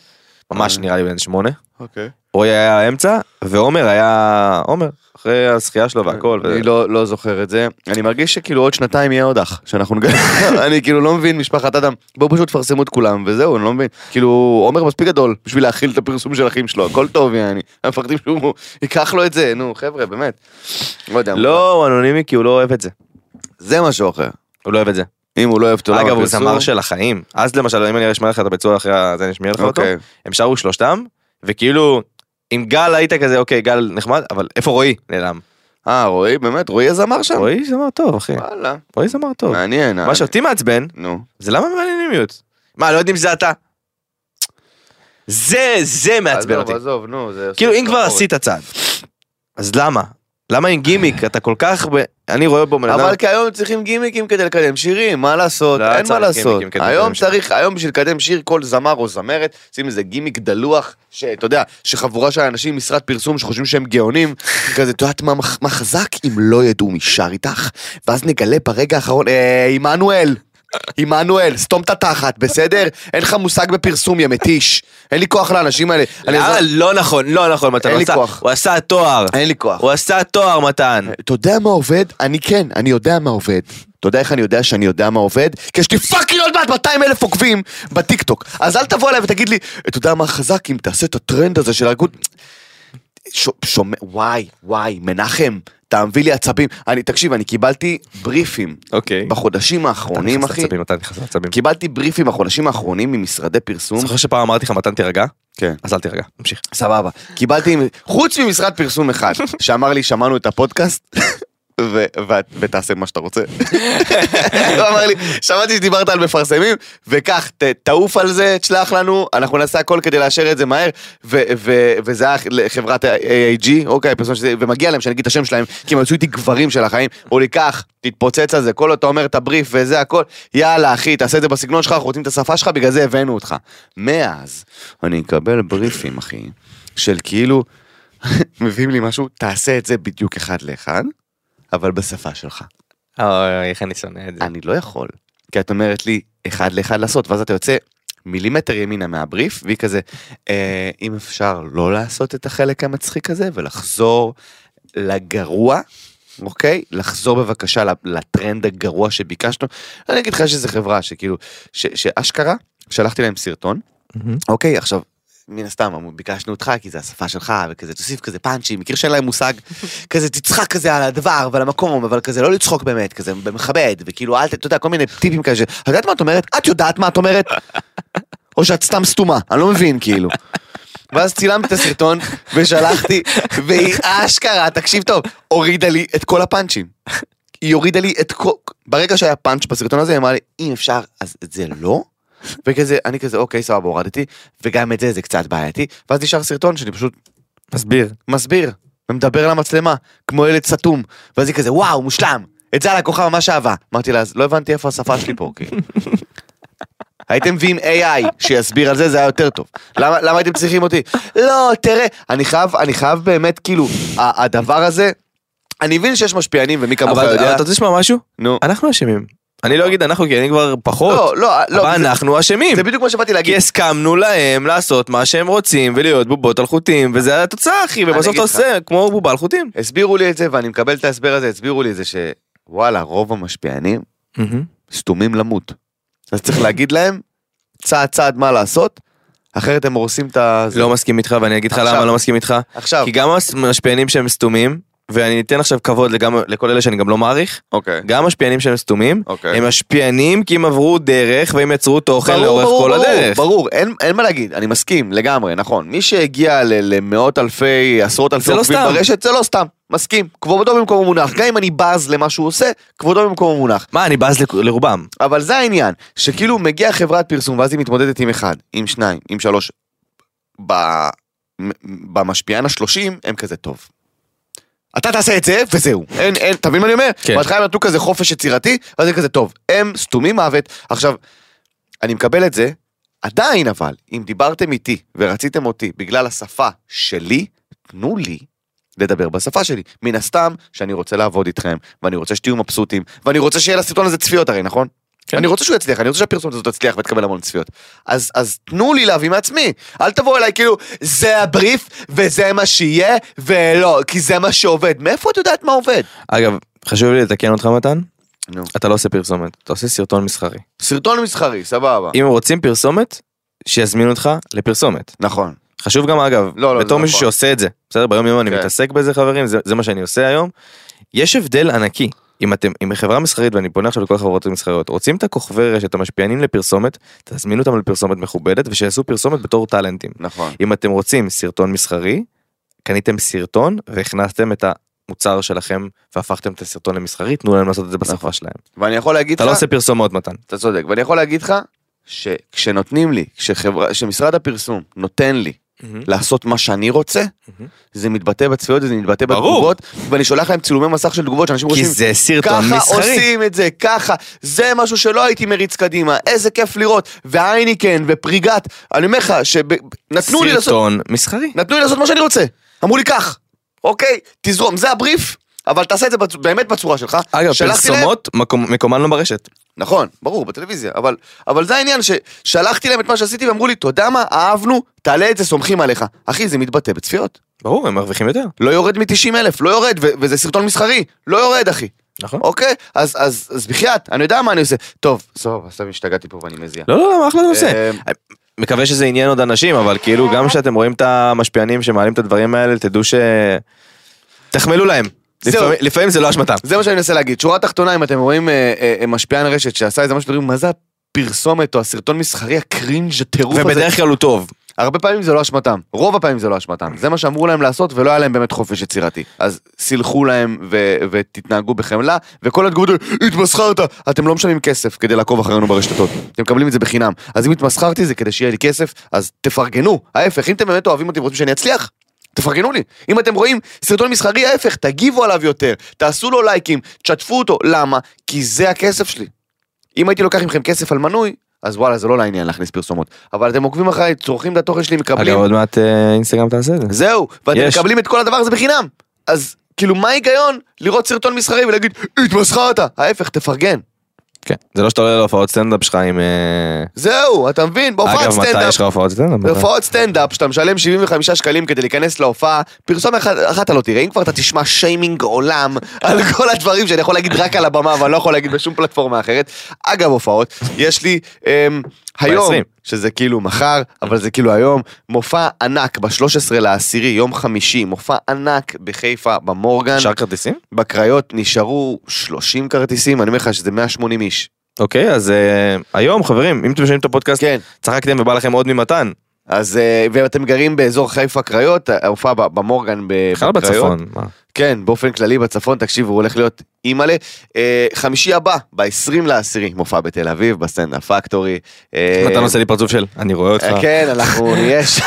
[SPEAKER 3] ממש נראה לי בן שמונה.
[SPEAKER 2] אוקיי.
[SPEAKER 3] רועי היה האמצע ועומר היה עומר. אחרי הזכייה שלו והכל. ו-
[SPEAKER 2] אני לא, לא זוכר את זה. אני מרגיש שכאילו עוד שנתיים יהיה עוד אח, שאנחנו נגלה. אני כאילו לא מבין, משפחת אדם, בואו פשוט תפרסמו את כולם, וזהו, אני לא מבין. כאילו, עומר מספיק גדול בשביל להכיל את הפרסום של אחים שלו, הכל טוב, יעני. הם מפחדים שהוא ייקח לו את זה, נו, חבר'ה, באמת. לא יודע.
[SPEAKER 3] לא, הוא אנונימי כי הוא לא אוהב את זה.
[SPEAKER 2] זה משהו אחר.
[SPEAKER 3] הוא לא אוהב את זה.
[SPEAKER 2] אם הוא לא אוהב את עולם
[SPEAKER 3] אגב, הוא
[SPEAKER 2] הפרסום-
[SPEAKER 3] זמר של החיים. אז למשל, אם אני אשמיע לך את הביצוע אחרי זה, אני אשמיע לך אותו.
[SPEAKER 2] אוקיי.
[SPEAKER 3] הם שרו שלושתם, וכאילו, עם גל היית כזה, אוקיי, גל נחמד, אבל איפה רועי נעלם?
[SPEAKER 2] אה, רועי, באמת, רועי הזמר שם?
[SPEAKER 3] רועי זמר טוב, אחי.
[SPEAKER 2] וואלה,
[SPEAKER 3] רועי זמר טוב.
[SPEAKER 2] מעניין. אה.
[SPEAKER 3] כן. מה שאותי מעצבן,
[SPEAKER 2] נו.
[SPEAKER 3] זה למה מעניינימיות. מה, לא יודעים שזה אתה? זה, זה מעצבן
[SPEAKER 2] עזוב,
[SPEAKER 3] אותי. לא,
[SPEAKER 2] עזוב, נו, זה...
[SPEAKER 3] כאילו, אם כבר עשית צעד, אז למה? למה עם גימיק? אתה כל כך... ב... אני רואה בו בן אדם...
[SPEAKER 2] אבל כי היום צריכים גימיקים כדי לקדם שירים, מה לעשות,
[SPEAKER 3] לא
[SPEAKER 2] אין מה
[SPEAKER 3] צריך
[SPEAKER 2] לעשות.
[SPEAKER 3] גימיקים כדי
[SPEAKER 2] היום
[SPEAKER 3] לקדם שירים.
[SPEAKER 2] צריך, היום בשביל לקדם שיר כל זמר או זמרת, שים איזה גימיק דלוח, שאתה יודע, שחבורה של אנשים משרד פרסום שחושבים שהם גאונים, כזה, את יודעת מה מה חזק אם לא ידעו מי שר איתך, ואז נגלה ברגע האחרון, "אה, עמנואל. עמנואל, סתום את התחת, בסדר? אין לך מושג בפרסום, יא מתיש. אין לי כוח לאנשים האלה. אני
[SPEAKER 3] אה,
[SPEAKER 2] אזרח-
[SPEAKER 3] לא נכון, לא נכון, מתן.
[SPEAKER 2] אין
[SPEAKER 3] הוא
[SPEAKER 2] לי
[SPEAKER 3] עשה-
[SPEAKER 2] כוח.
[SPEAKER 3] הוא עשה תואר.
[SPEAKER 2] אין לי כוח.
[SPEAKER 3] הוא עשה תואר, מתן.
[SPEAKER 2] אתה יודע מה עובד? אני כן, אני יודע מה עובד. אתה יודע איך אני יודע שאני יודע מה עובד? כי יש לי פאקינג עוד מעט 200 אלף עוקבים בטיקטוק. אז אל תבוא אליי ותגיד לי, אתה יודע מה חזק אם תעשה את הטרנד הזה של הריקוד... ש- שומע, וואי, וואי, מנחם, אתה מביא לי עצבים. אני, תקשיב, אני קיבלתי בריפים
[SPEAKER 3] אוקיי.
[SPEAKER 2] בחודשים האחרונים, אחי.
[SPEAKER 3] עצבים, מתן נכנס לעצבים.
[SPEAKER 2] קיבלתי בריפים בחודשים האחרונים ממשרדי פרסום.
[SPEAKER 3] זוכר שפעם אמרתי לך, מתן תירגע?
[SPEAKER 2] כן.
[SPEAKER 3] אז אל תירגע, תמשיך.
[SPEAKER 2] סבבה. קיבלתי, חוץ ממשרד פרסום אחד, שאמר לי, שמענו את הפודקאסט. ו- ו- ותעשה מה שאתה רוצה. הוא אמר לי, שמעתי שדיברת על מפרסמים, וקח, ת- תעוף על זה, תשלח לנו, אנחנו נעשה הכל כדי לאשר את זה מהר, ו- ו- וזה היה לחברת AIG, אוקיי, פרסום שזה, ומגיע להם שאני אגיד את השם שלהם, כי הם יצאו איתי גברים של החיים, אמרו לי, קח, תתפוצץ על זה, כל עוד אתה אומר את הבריף וזה הכל, יאללה אחי, תעשה את זה בסגנון שלך, אנחנו רוצים את השפה שלך, בגלל זה הבאנו אותך. מאז, אני אקבל בריפים, אחי, של כאילו, מביאים לי משהו, תעשה את זה בדיוק אחד לאחד, אבל בשפה שלך.
[SPEAKER 3] אוי, אה, איך אני שונא את זה.
[SPEAKER 2] אני לא יכול. כי את אומרת לי, אחד לאחד לעשות, ואז אתה יוצא מילימטר ימינה מהבריף, והיא כזה, אה, אם אפשר לא לעשות את החלק המצחיק הזה, ולחזור לגרוע, אוקיי? לחזור בבקשה ל- לטרנד הגרוע שביקשנו. אני אגיד לך שזו חברה שכאילו, ש- שאשכרה, שלחתי להם סרטון,
[SPEAKER 3] מהמם.
[SPEAKER 2] אוקיי, עכשיו, מן הסתם, אמרו, ביקשנו אותך, כי זה השפה שלך, וכזה, תוסיף כזה פאנצ'ים, מכיר שאין להם מושג, כזה, תצחק כזה על הדבר ועל המקום, אבל כזה, לא לצחוק באמת, כזה, במכבד, וכאילו, אל, ת- אתה יודע, כל מיני טיפים כאלה, ש- את יודעת מה את אומרת? את יודעת מה את אומרת? או שאת סתם סתומה, אני לא מבין, כאילו. ואז צילמתי את הסרטון, ושלחתי, והיא אשכרה, תקשיב טוב, הורידה לי את כל הפאנצ'ים. היא הורידה לי את כל... ברגע שהיה פאנץ' בסרטון הזה, היא אמרה לי, אם אפשר, אז את זה לא? וכזה, אני כזה, אוקיי, סבבה, הורדתי, וגם את זה זה קצת בעייתי, ואז נשאר סרטון שאני פשוט
[SPEAKER 3] מסביר.
[SPEAKER 2] מסביר, ומדבר למצלמה, כמו ילד סתום, ואז היא כזה, וואו, מושלם, את זה הלקוחה ממש אהבה. אמרתי לה, אז לא הבנתי איפה השפה שלי פה, כאילו. הייתם מביאים AI שיסביר על זה, זה היה יותר טוב. למה, למה הייתם צריכים אותי? לא, תראה, אני חייב, אני חייב באמת, כאילו, ה- הדבר הזה, אני מבין שיש משפיענים, ומי כמוך
[SPEAKER 3] אבל אה, אבל
[SPEAKER 2] יודע,
[SPEAKER 3] אתה רוצה לשמוע משהו?
[SPEAKER 2] נו.
[SPEAKER 3] אנחנו אשמים. אני לא אגיד אנחנו, כי אני כבר פחות.
[SPEAKER 2] לא, לא, לא,
[SPEAKER 3] אבל
[SPEAKER 2] זה-
[SPEAKER 3] אנחנו אשמים.
[SPEAKER 2] זה בדיוק מה שבאתי להגיד.
[SPEAKER 3] כי הסכמנו להם לעשות מה שהם רוצים ולהיות בובות על חוטים, וזה התוצאה, אחי, ובסוף
[SPEAKER 2] אגיד
[SPEAKER 3] אתה
[SPEAKER 2] לך.
[SPEAKER 3] עושה כמו בובה על חוטים.
[SPEAKER 2] הסבירו לי את זה, ואני מקבל את ההסבר הזה, הסבירו לי את זה שוואלה, רוב המשפיענים סתומים למות. אז צריך להגיד להם, צעד צעד מה לעשות, אחרת הם הורסים את ה... זה.
[SPEAKER 3] לא מסכים איתך, ואני אגיד לך
[SPEAKER 2] עכשיו.
[SPEAKER 3] למה לא מסכים איתך.
[SPEAKER 2] עכשיו,
[SPEAKER 3] כי גם המשפיענים שהם סתומים, ואני אתן עכשיו כבוד לגמ- לכל אלה שאני גם לא מעריך,
[SPEAKER 2] אוקיי.
[SPEAKER 3] גם משפיענים שהם סתומים,
[SPEAKER 2] אוקיי.
[SPEAKER 3] הם משפיענים כי הם עברו דרך והם יצרו תוכן לאורך כל הדרך.
[SPEAKER 2] ברור, אין, אין מה להגיד, אני מסכים לגמרי, נכון. מי שהגיע ל- למאות אלפי, עשרות אלפי
[SPEAKER 3] זה לא
[SPEAKER 2] עוקבים
[SPEAKER 3] סתם.
[SPEAKER 2] ברשת, זה לא סתם, מסכים. כבודו במקום המונח, גם אם אני בז למה שהוא עושה, כבודו במקום המונח.
[SPEAKER 3] מה, אני בז לכ- לרובם.
[SPEAKER 2] אבל זה העניין, שכאילו מגיעה חברת פרסום ואז היא מתמודדת עם אחד, עם שניים, עם שלוש. ב... מ- במשפיען השלושים הם כזה טוב. אתה תעשה את זה וזהו. אין, אין, אתה מבין מה אני אומר?
[SPEAKER 3] כן.
[SPEAKER 2] בהתחלה הם נתנו כזה חופש יצירתי, ואז זה כזה טוב. הם סתומים מוות. עכשיו, אני מקבל את זה, עדיין אבל, אם דיברתם איתי ורציתם אותי בגלל השפה שלי, תנו לי לדבר בשפה שלי. מן הסתם שאני רוצה לעבוד איתכם, ואני רוצה שתהיו מבסוטים, ואני רוצה שיהיה לסרטון הזה צפיות הרי, נכון?
[SPEAKER 3] כן.
[SPEAKER 2] אני רוצה שהוא יצליח, אני רוצה שהפרסומת הזאת תצליח ותקבל המון צפיות. אז, אז תנו לי להביא מעצמי, אל תבואו אליי כאילו, זה הבריף וזה מה שיהיה, ולא, כי זה מה שעובד. מאיפה את יודעת מה עובד?
[SPEAKER 3] אגב, חשוב לי לתקן אותך מתן,
[SPEAKER 2] נו.
[SPEAKER 3] אתה לא עושה פרסומת, אתה עושה סרטון מסחרי.
[SPEAKER 2] סרטון מסחרי, סבבה.
[SPEAKER 3] אם הם רוצים פרסומת, שיזמינו אותך לפרסומת.
[SPEAKER 2] נכון.
[SPEAKER 3] חשוב גם אגב,
[SPEAKER 2] לא, לא, זה
[SPEAKER 3] בתור מישהו
[SPEAKER 2] נכון.
[SPEAKER 3] שעושה את זה, בסדר? ביום יום אני
[SPEAKER 2] כן.
[SPEAKER 3] מתעסק בזה חברים, זה, זה מה שאני עושה היום. יש הבדל ענקי, אם אתם, אם חברה מסחרית ואני פונה עכשיו לכל החברות המסחריות, רוצים את הכוכבי רשת המשפיענים לפרסומת, תזמינו אותם לפרסומת מכובדת ושיעשו פרסומת בתור טאלנטים.
[SPEAKER 2] נכון.
[SPEAKER 3] אם אתם רוצים סרטון מסחרי, קניתם סרטון והכנסתם את המוצר שלכם והפכתם את הסרטון למסחרי, תנו להם לעשות את זה
[SPEAKER 2] נכון.
[SPEAKER 3] בשפה שלהם.
[SPEAKER 2] ואני יכול להגיד לך...
[SPEAKER 3] אתה לא עושה פרסומות מתן.
[SPEAKER 2] אתה צודק, ואני יכול להגיד לך שכשנותנים לי, כשחברה, כשמשרד הפרסום נותן לי לעשות מה שאני רוצה, זה מתבטא בצפיות, זה מתבטא
[SPEAKER 3] ברור.
[SPEAKER 2] בתגובות, ואני שולח להם צילומי מסך של תגובות שאנשים
[SPEAKER 3] כי
[SPEAKER 2] רושמים,
[SPEAKER 3] זה סרטון
[SPEAKER 2] ככה
[SPEAKER 3] מסחרי.
[SPEAKER 2] עושים את זה, ככה, זה משהו שלא הייתי מריץ קדימה, איזה כיף לראות, והייניקן ופריגת, אני אומר לך, שנתנו לי לעשות,
[SPEAKER 3] סרטון מסחרי.
[SPEAKER 2] נתנו לי לעשות מה שאני רוצה, אמרו לי כך, אוקיי, תזרום, זה הבריף, אבל תעשה את זה בצ- באמת בצורה שלך,
[SPEAKER 3] אגב,
[SPEAKER 2] שלחתי להם-
[SPEAKER 3] פרסומות, מקום- מקומן לא ברשת.
[SPEAKER 2] נכון, ברור, בטלוויזיה, אבל, אבל זה העניין ששלחתי להם את מה שעשיתי ואמרו לי, אתה יודע מה, אהבנו, תעלה את זה, סומכים עליך. אחי, זה מתבטא בצפיות.
[SPEAKER 3] ברור, הם מרוויחים יותר.
[SPEAKER 2] לא יורד מ-90 אלף, לא יורד, ו- וזה סרטון מסחרי, לא יורד, אחי.
[SPEAKER 3] נכון.
[SPEAKER 2] אוקיי? אז, אז, אז בחייאת, אני יודע מה אני עושה. טוב, סבבה, סתם השתגעתי פה ואני מזיע.
[SPEAKER 3] לא, לא, לא, אחלה נושא.
[SPEAKER 2] אמ,
[SPEAKER 3] מקווה שזה עניין עוד אנשים, אבל כאילו גם כשאתם רואים את המשפיענים שמעלים את הדברים האלה, תדעו ש... תחמלו להם.
[SPEAKER 2] זהו.
[SPEAKER 3] לפעמים- לפעמים זה לא אשמתם.
[SPEAKER 2] זה מה שאני מנסה להגיד. שורה תחתונה, אם אתם רואים אה, אה, משפיען רשת שעשה איזה משהו, אתם אומרים, מה זה הפרסומת או הסרטון מסחרי הקרינג' הטירוף הזה?
[SPEAKER 3] ובדרך כלל הוא טוב.
[SPEAKER 2] הרבה פעמים זה לא אשמתם, רוב הפעמים זה לא אשמתם, זה מה שאמרו להם לעשות ולא היה להם באמת חופש יצירתי. אז סילחו להם ו- ותתנהגו בחמלה, וכל התגובות האלה, התמסחרת, אתם לא משלמים כסף כדי לעקוב אחרינו ברשתות, אתם מקבלים את זה בחינם. אז אם התמסחרתי זה כדי שיהיה לי כסף, אז תפרגנו, ההפך, אם אתם באמת אוהבים אותי ורוצים שאני אצליח, תפרגנו לי. אם אתם רואים סרטון מסחרי, ההפך, תגיבו עליו יותר, תעשו לו לייקים, תשתפו אותו, למה? כי זה הכסף שלי. אם הייתי לוקח מכם כסף על מנוי, אז וואלה, זה לא לעניין להכניס פרסומות. אבל אתם עוקבים אחריי, צורכים את התוכן שלי,
[SPEAKER 3] אגב,
[SPEAKER 2] מקבלים,
[SPEAKER 3] עוד מעט אה, אינסטגרם תעשה את זה.
[SPEAKER 2] זהו, ואתם
[SPEAKER 3] יש.
[SPEAKER 2] מקבלים את כל הדבר הזה בחינם. אז כאילו, מה ההיגיון לראות סרטון מסחרי ולהגיד, התמסחרת? ההפך, תפרגן.
[SPEAKER 3] כן. זה לא שאתה עולה להופעות סטנדאפ שלך עם... אה,
[SPEAKER 2] זהו, אתה מבין? בהופעת
[SPEAKER 3] אגב, מתי
[SPEAKER 2] סטנדאפ.
[SPEAKER 3] יש לך הופעות סטנדאפ?
[SPEAKER 2] בהופעות סטנדאפ שאתה משלם 75 שקלים כדי להיכנס להופעה, פרסום אחת, אחת אתה לא תראה, אם כבר אתה תשמע שיימינג עולם על כל הדברים שאני יכול להגיד רק על הבמה אבל לא יכול להגיד בשום פלטפורמה אחרת. אגב הופעות, יש לי אמ, היום,
[SPEAKER 3] ב-עשרים.
[SPEAKER 2] שזה כאילו מחר, אבל זה כאילו היום, מופע ענק ב-13 לעשירי, יום חמישי, מופע ענק בחיפה, במורגן,
[SPEAKER 3] אפשר כרטיסים?
[SPEAKER 2] בקריות נשארו 30 כרטיסים, אני אומר לך שזה 180 איש.
[SPEAKER 3] אוקיי, אז אה, היום, חברים, אם אתם שומעים את הפודקאסט,
[SPEAKER 2] כן.
[SPEAKER 3] צחקתם ובא לכם עוד ממתן.
[SPEAKER 2] אז אה, ואתם גרים באזור חיפה קריות, ההופעה ב- במורגן ב-
[SPEAKER 3] בכלל בצפון. מה?
[SPEAKER 2] כן, באופן כללי בצפון, תקשיבו, הוא הולך להיות אימא'לה. אה, חמישי הבא, ב-20 לעשירי, מופע בתל אביב, בסטנדאפ פקטורי. אה,
[SPEAKER 3] מתן לא עושה לי פרצוף של, אני רואה אותך.
[SPEAKER 2] אה, כן, אנחנו נהיה שם.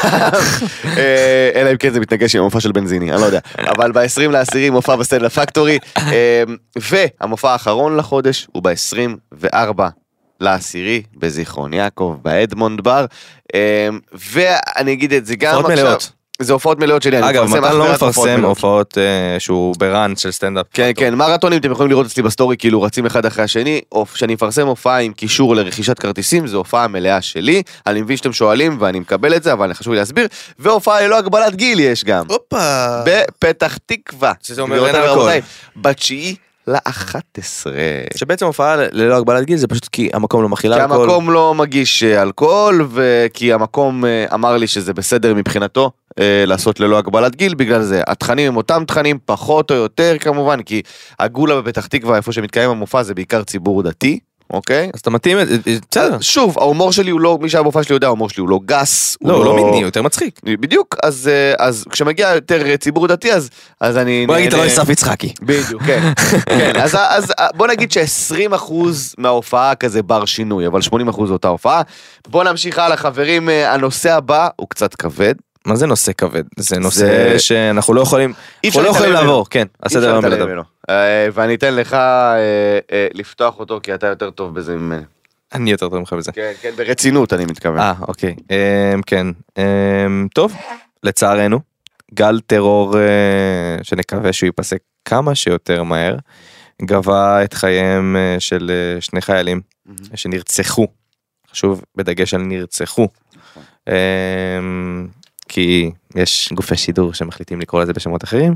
[SPEAKER 2] אה, אלא אם כן זה מתנגש עם המופע של בנזיני, אני לא יודע. אבל ב-20 לעשירי מופע בסטנדאפ פקטורי. אה, והמופע האחרון לחודש הוא ב-24 לעשירי, בזיכרון יעקב, באדמונד בר. אה, ואני אגיד את זה גם
[SPEAKER 3] הופעות
[SPEAKER 2] עכשיו.
[SPEAKER 3] מלאות.
[SPEAKER 2] זה הופעות מלאות שלי, אני
[SPEAKER 3] אגב,
[SPEAKER 2] מפרסם אך
[SPEAKER 3] מתן לא
[SPEAKER 2] ורק הופעות
[SPEAKER 3] מפרסם
[SPEAKER 2] מלאות.
[SPEAKER 3] הופעות אה, שהוא בראנץ' של סטנדאפ.
[SPEAKER 2] כן, כן, מרתונים אתם יכולים לראות אצלי בסטורי, כאילו רצים אחד אחרי השני, או כשאני מפרסם הופעה עם קישור לרכישת כרטיסים, זו הופעה מלאה שלי, אני מבין שאתם שואלים ואני מקבל את זה, אבל חשוב לי להסביר, והופעה ללא הגבלת גיל יש גם,
[SPEAKER 3] הופה.
[SPEAKER 2] בפתח תקווה.
[SPEAKER 3] שזה אומר
[SPEAKER 2] גבירותיי
[SPEAKER 3] אין על הכל.
[SPEAKER 2] ורבותיי, בתשיעי לאחת עשרה.
[SPEAKER 3] שבעצם הופעה ל- ללא הגבלת גיל זה פשוט כי המקום לא מכילה
[SPEAKER 2] כי
[SPEAKER 3] אלכוהול.
[SPEAKER 2] המקום לא מגיש אה, אלכוהול, וכי המקום אה, אמר לי שזה בסדר מבחינתו אה, לעשות ללא הגבלת גיל, בגלל זה התכנים הם אותם תכנים, פחות או יותר כמובן, כי הגולה בפתח תקווה, איפה שמתקיים המופע, זה בעיקר ציבור דתי, אוקיי?
[SPEAKER 3] אז אתה מתאים את זה, בסדר.
[SPEAKER 2] שוב, ההומור שלי הוא לא, מי שהיה במופע שלי יודע, ההומור שלי הוא לא גס.
[SPEAKER 3] לא, הוא לא מיני, הוא יותר מצחיק.
[SPEAKER 2] בדיוק, אז, אה, אז כשמגיע יותר אה, ציבור דתי, אז, אז אני...
[SPEAKER 3] בוא נגיד, אתה לא
[SPEAKER 2] נהנה-
[SPEAKER 3] אסף יצחקי.
[SPEAKER 2] בדיוק, כן. כן, אז, אז בוא נגיד ש-20% מההופעה כזה בר שינוי, אבל 80% זו אותה הופעה. בוא נמשיך הלאה, חברים, אה, הנושא הבא הוא קצת כבד.
[SPEAKER 3] מה זה נושא כבד? זה נושא
[SPEAKER 2] זה-
[SPEAKER 3] שאנחנו לא יכולים,
[SPEAKER 2] אי אפשר
[SPEAKER 3] אנחנו לא יכולים
[SPEAKER 2] להתעלם
[SPEAKER 3] לעבור, כן,
[SPEAKER 2] אי אפשר
[SPEAKER 3] הסדר היום
[SPEAKER 2] להתעלם
[SPEAKER 3] בלעדיו.
[SPEAKER 2] ממנו. אה, ואני אתן לך אה, אה, לפתוח אותו, כי אתה יותר טוב בזה ממני.
[SPEAKER 3] אני יותר טוב ממך בזה.
[SPEAKER 2] כן, כן, ברצינות אני מתכוון.
[SPEAKER 3] אה, אוקיי, אמ, כן, אמ, טוב, לצערנו, גל טרור אה, שנקווה שהוא ייפסק כמה שיותר מהר, גבה את חייהם אה, של אה, שני חיילים
[SPEAKER 2] מהמם.
[SPEAKER 3] שנרצחו, חשוב בדגש על נרצחו,
[SPEAKER 2] נכון.
[SPEAKER 3] אמ, כי יש גופי שידור שמחליטים לקרוא לזה בשמות אחרים.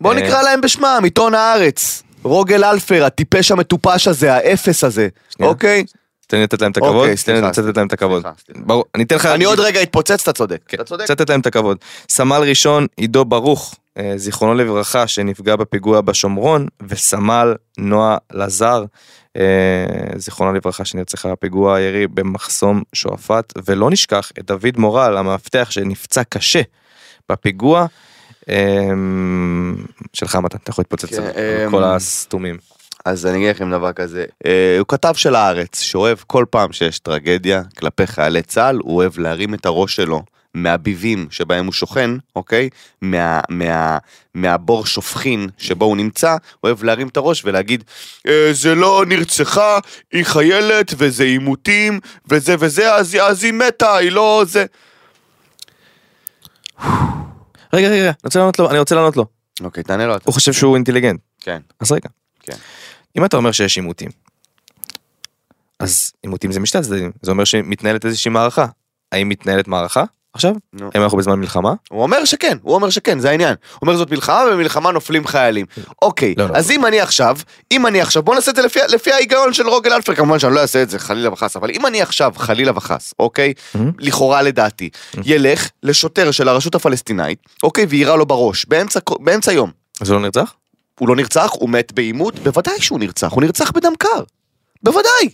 [SPEAKER 2] בוא
[SPEAKER 3] אה,
[SPEAKER 2] נקרא להם בשמם, עיתון הארץ. רוגל אלפר, הטיפש המטופש הזה, האפס הזה,
[SPEAKER 3] שנייה.
[SPEAKER 2] אוקיי?
[SPEAKER 3] תן לי לתת להם את
[SPEAKER 2] אוקיי,
[SPEAKER 3] הכבוד, תן לי
[SPEAKER 2] סליחה,
[SPEAKER 3] לתת להם את הכבוד.
[SPEAKER 2] סליחה, סליחה.
[SPEAKER 3] ברור, אני אתן לך...
[SPEAKER 2] אני עוד רגע אתפוצץ, אתה צודק.
[SPEAKER 3] כן,
[SPEAKER 2] אתה צודק.
[SPEAKER 3] צריך לתת להם את הכבוד. סמל ראשון עידו ברוך, אה, זיכרונו לברכה, שנפגע בפיגוע בשומרון, וסמל נועה לזר, אה, זיכרונו לברכה, שנרצחה בפיגוע הירי במחסום שועפאט, ולא נשכח את דוד מורל, המאבטח שנפצע קשה בפיגוע. אה, שלך מתן, אתה יכול להתפוצץ
[SPEAKER 2] כן,
[SPEAKER 3] על
[SPEAKER 2] אה,
[SPEAKER 3] כל הסתומים.
[SPEAKER 2] אז אני אגיד לכם דבר כזה, אה, הוא כתב של הארץ, שאוהב כל פעם שיש טרגדיה כלפי חיילי צה"ל, הוא אוהב להרים את הראש שלו מהביבים שבהם הוא שוכן, אוקיי? מה, מה, מהבור שופכין שבו הוא נמצא, הוא אוהב להרים את הראש ולהגיד, "אה, זה לא נרצחה, היא חיילת וזה עימותים וזה וזה, אז, היא- אז היא מתה, היא לא זה.
[SPEAKER 3] רגע, רגע, רגע, אני רוצה לענות לו, אני רוצה לענות לו.
[SPEAKER 2] אוקיי, תענה לו אתה.
[SPEAKER 3] הוא חושב שהוא אינטליגנט.
[SPEAKER 2] כן.
[SPEAKER 3] אז רגע.
[SPEAKER 2] כן.
[SPEAKER 3] אם אתה אומר שיש עימותים, אז עימותים זה משתי הצדדים, זה אומר שמתנהלת איזושהי מערכה. האם מתנהלת מערכה עכשיו?
[SPEAKER 2] נו.
[SPEAKER 3] האם אנחנו בזמן מלחמה?
[SPEAKER 2] הוא אומר שכן, הוא אומר שכן, זה העניין. הוא אומר זאת מלחמה ובמלחמה נופלים חיילים. אוקיי,
[SPEAKER 3] לא, לא,
[SPEAKER 2] אז אם אני עכשיו, אם אני עכשיו, בוא נעשה את זה לפי, לפי ההיגיון של רוגל אלפר, כמובן שאני לא אעשה את זה חלילה וחס, אבל אם אני עכשיו, חלילה וחס, אוקיי,
[SPEAKER 3] מהמם.
[SPEAKER 2] לכאורה לדעתי, ילך לשוטר של הרשות הפלסטינאית, אוקיי, ויירה לו בראש, באמצע, כל- באמצע יום.
[SPEAKER 3] אז הוא לא נרצח?
[SPEAKER 2] הוא לא נרצח, הוא מת בעימות, בוודאי שהוא נרצח, הוא נרצח בדם קר. בוודאי.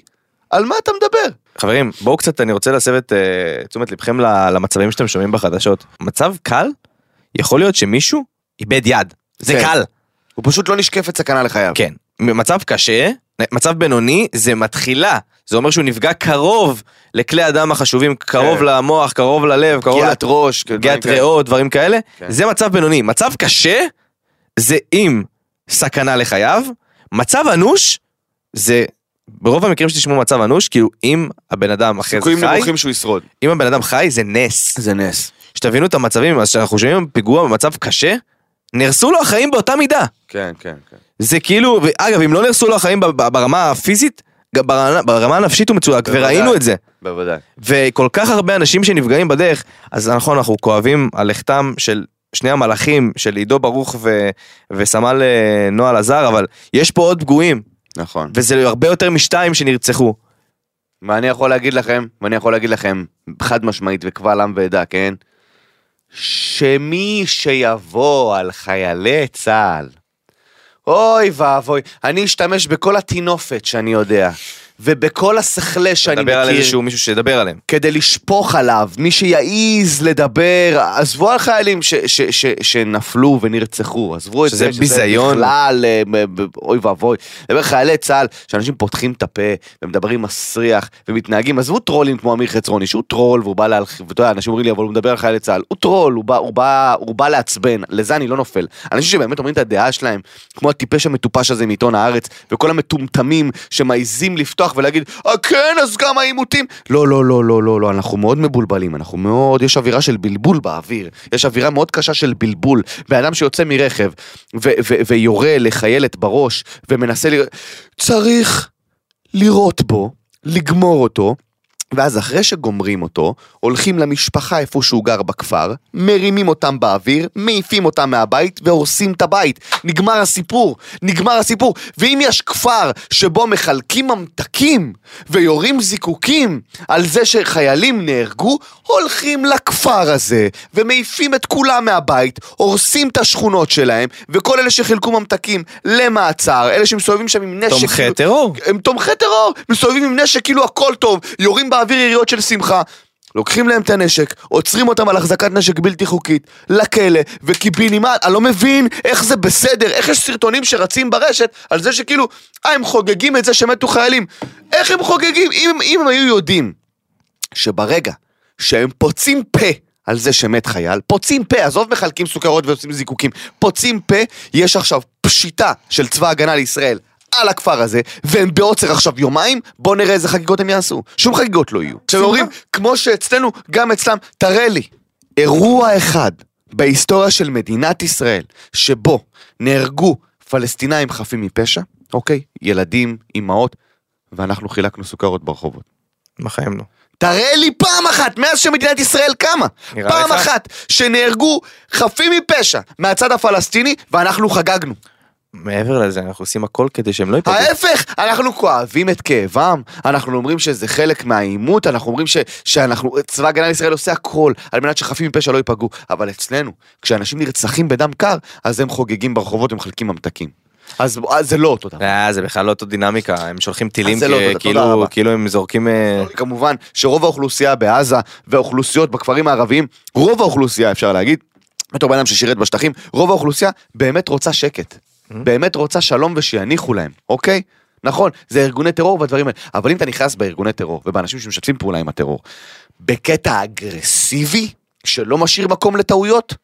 [SPEAKER 2] על מה אתה מדבר?
[SPEAKER 3] חברים, בואו קצת, אני רוצה להסב את אה, תשומת לבכם ל- למצבים שאתם שומעים בחדשות. מצב קל, יכול להיות שמישהו איבד יד. זה
[SPEAKER 2] כן.
[SPEAKER 3] קל.
[SPEAKER 2] הוא פשוט לא נשקפת סכנה לחייו.
[SPEAKER 3] כן. מצב קשה, מצב בינוני, זה מתחילה. זה אומר שהוא נפגע קרוב לכלי הדם החשובים, קרוב
[SPEAKER 2] כן.
[SPEAKER 3] למוח, קרוב ללב, קרוב
[SPEAKER 2] פגיעת ראש, כן, דברים
[SPEAKER 3] לפגיעת
[SPEAKER 2] כאלה.
[SPEAKER 3] ריאות, דברים כאלה.
[SPEAKER 2] כן.
[SPEAKER 3] זה מצב בינוני. מצב קשה, זה עם סכנה לחייו. מצב אנוש, זה... ברוב המקרים שתשמעו מצב אנוש, כאילו אם הבן אדם אחרי זה
[SPEAKER 2] סיכויים
[SPEAKER 3] חי,
[SPEAKER 2] נמוכים שהוא ישרוד.
[SPEAKER 3] אם הבן אדם חי זה נס.
[SPEAKER 2] זה נס.
[SPEAKER 3] שתבינו את המצבים, אז כשאנחנו שומעים פיגוע במצב קשה, נהרסו לו החיים באותה מידה.
[SPEAKER 2] כן, כן, כן.
[SPEAKER 3] זה כאילו, אגב, אם לא נהרסו לו החיים ב- ב- ברמה הפיזית, גם ברמה, ברמה הנפשית הוא מצולק,
[SPEAKER 2] בוודאי.
[SPEAKER 3] וראינו את זה.
[SPEAKER 2] בוודאי.
[SPEAKER 3] וכל כך הרבה אנשים שנפגעים בדרך, אז נכון, אנחנו כואבים על לכתם של שני המלאכים, של עידו ברוך ו- וסמל אה, נועה לזר, אבל יש פה עוד פגועים,
[SPEAKER 2] נכון.
[SPEAKER 3] וזה הרבה יותר משתיים שנרצחו.
[SPEAKER 2] מה אני יכול להגיד לכם? ואני יכול להגיד לכם, חד משמעית וקבל עם ועדה, כן? שמי שיבוא על חיילי צה"ל, אוי ואבוי, אני אשתמש בכל הטינופת שאני יודע, ובכל השכלה שאני
[SPEAKER 3] נדבר על
[SPEAKER 2] מכיר,
[SPEAKER 3] איזשהו מישהו שידבר עליהם.
[SPEAKER 2] כדי לשפוך עליו, מי שיעז לדבר, עזבו על חיילים ש- ש- ש- שנפלו ונרצחו, עזבו את
[SPEAKER 3] שזה
[SPEAKER 2] זה,
[SPEAKER 3] ביזיון.
[SPEAKER 2] בכלל, אה, ב- ב- אוי ואבוי. אני אומר חיילי צה"ל, שאנשים פותחים את הפה ומדברים מסריח ומתנהגים, עזבו טרולים כמו אמיר חצרוני, שהוא טרול והוא בא להלחיב, אתה יודע, אנשים אומרים לי, אבל הוא מדבר על חיילי צה"ל, הוא טרול, הוא בא, הוא בא, הוא בא לעצבן, לזה אני לא נופל. אנשים שבאמת אומרים את הדעה שלהם, כמו הטיפש המטופש הזה מעיתון הארץ, וכל המטומטמים שמעיזים לפתוח ולהגיד, אה כן, אז גם העימותים. לא, לא, לא, לא, לא, לא, אנחנו מאוד מבולבלים, אנחנו מאוד, יש אווירה של בלבול באוויר, יש אווירה מאוד קשה של בלבול. בן אדם שיוצא מרכב ו- ו- ויורה לחיילת בראש ומנסה ל... צריך לירות בו, לגמור אותו. ואז אחרי שגומרים אותו, הולכים למשפחה איפה שהוא גר בכפר, מרימים אותם באוויר, מעיפים אותם מהבית והורסים את הבית. נגמר הסיפור, נגמר הסיפור. ואם יש כפר שבו מחלקים ממתקים ויורים זיקוקים על זה שחיילים נהרגו, הולכים לכפר הזה ומעיפים את כולם מהבית, הורסים את השכונות שלהם, וכל אלה שחילקו ממתקים למעצר, אלה שמסתובבים שם עם נשק...
[SPEAKER 3] תומכי טרור.
[SPEAKER 2] הם תומכי טרור, מסתובבים עם נשק כאילו הכל טוב, יורים באוויר יריות של שמחה. לוקחים להם את הנשק, עוצרים אותם על החזקת נשק בלתי חוקית, לכלא, וקיבינימט, אני לא מבין איך זה בסדר, איך יש סרטונים שרצים ברשת על זה שכאילו, אה, הם חוגגים את זה שמתו חיילים. איך הם חוגגים? אם, אם הם היו יודעים שברגע שהם פוצעים פה על זה שמת חייל, פוצעים פה, עזוב מחלקים סוכרות ועושים זיקוקים, פוצעים פה, יש עכשיו פשיטה של צבא הגנה לישראל על הכפר הזה, והם בעוצר עכשיו יומיים, בואו נראה איזה חגיגות הם יעשו. שום חגיגות לא יהיו. כשהם אומרים, כמו שאצלנו, גם אצלם, תראה לי. אירוע אחד בהיסטוריה של מדינת ישראל, שבו נהרגו פלסטינאים חפים מפשע, אוקיי? ילדים, אימהות, ואנחנו חילקנו סוכרות ברחובות.
[SPEAKER 3] בחיים לא.
[SPEAKER 2] תראה לי פעם אחת, מאז שמדינת ישראל קמה,
[SPEAKER 3] נראה
[SPEAKER 2] פעם
[SPEAKER 3] לך?
[SPEAKER 2] אחת שנהרגו חפים מפשע מהצד הפלסטיני, ואנחנו חגגנו.
[SPEAKER 3] מעבר לזה, אנחנו עושים הכל כדי שהם לא ייפגעו.
[SPEAKER 2] ההפך, אנחנו כואבים את כאבם, אנחנו אומרים שזה חלק מהעימות, אנחנו אומרים ש, שאנחנו, צבא הגנה לישראל עושה הכל על מנת שחפים מפשע לא ייפגעו, אבל אצלנו, כשאנשים נרצחים בדם קר, אז הם חוגגים ברחובות ומחלקים ממתקים. אז, אז זה לא אותו דבר.
[SPEAKER 3] אה, זה בכלל לא אותו דינמיקה, הם שולחים טילים
[SPEAKER 2] אז זה לא אותו-
[SPEAKER 3] כ-
[SPEAKER 2] תודה
[SPEAKER 3] כאילו
[SPEAKER 2] רבה.
[SPEAKER 3] כאילו הם זורקים... אה,
[SPEAKER 2] כמובן שרוב האוכלוסייה בעזה והאוכלוסיות בכפרים הערביים, רוב האוכלוסייה אפשר להגיד, בתור בן אדם ששירת בשטחים, רוב האוכלוסייה באמת רוצה שקט. באמת רוצה שלום ושיניחו להם, אוקיי? נכון, זה ארגוני טרור והדברים האלה. אבל אם אתה נכנס בארגוני טרור ובאנשים שמשתפים פעולה עם הטרור, בקטע אגרסיבי, שלא משאיר מקום לטעויות,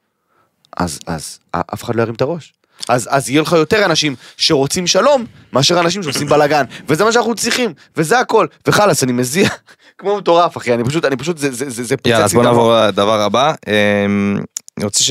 [SPEAKER 2] אז, אז א- אף אחד לא ירים את הראש. אז, אז יהיה לך יותר אנשים שרוצים שלום, מאשר אנשים שעושים בלאגן, וזה מה שאנחנו צריכים, וזה הכל, וחלאס, אני מזיע כמו מטורף, אחי, אני פשוט, אני פשוט, זה, זה, זה, זה פוצץ
[SPEAKER 3] יאללה,
[SPEAKER 2] לי
[SPEAKER 3] אז
[SPEAKER 2] את
[SPEAKER 3] בוא
[SPEAKER 2] המוח.
[SPEAKER 3] נעבור לדבר הבא. אמ, אני רוצה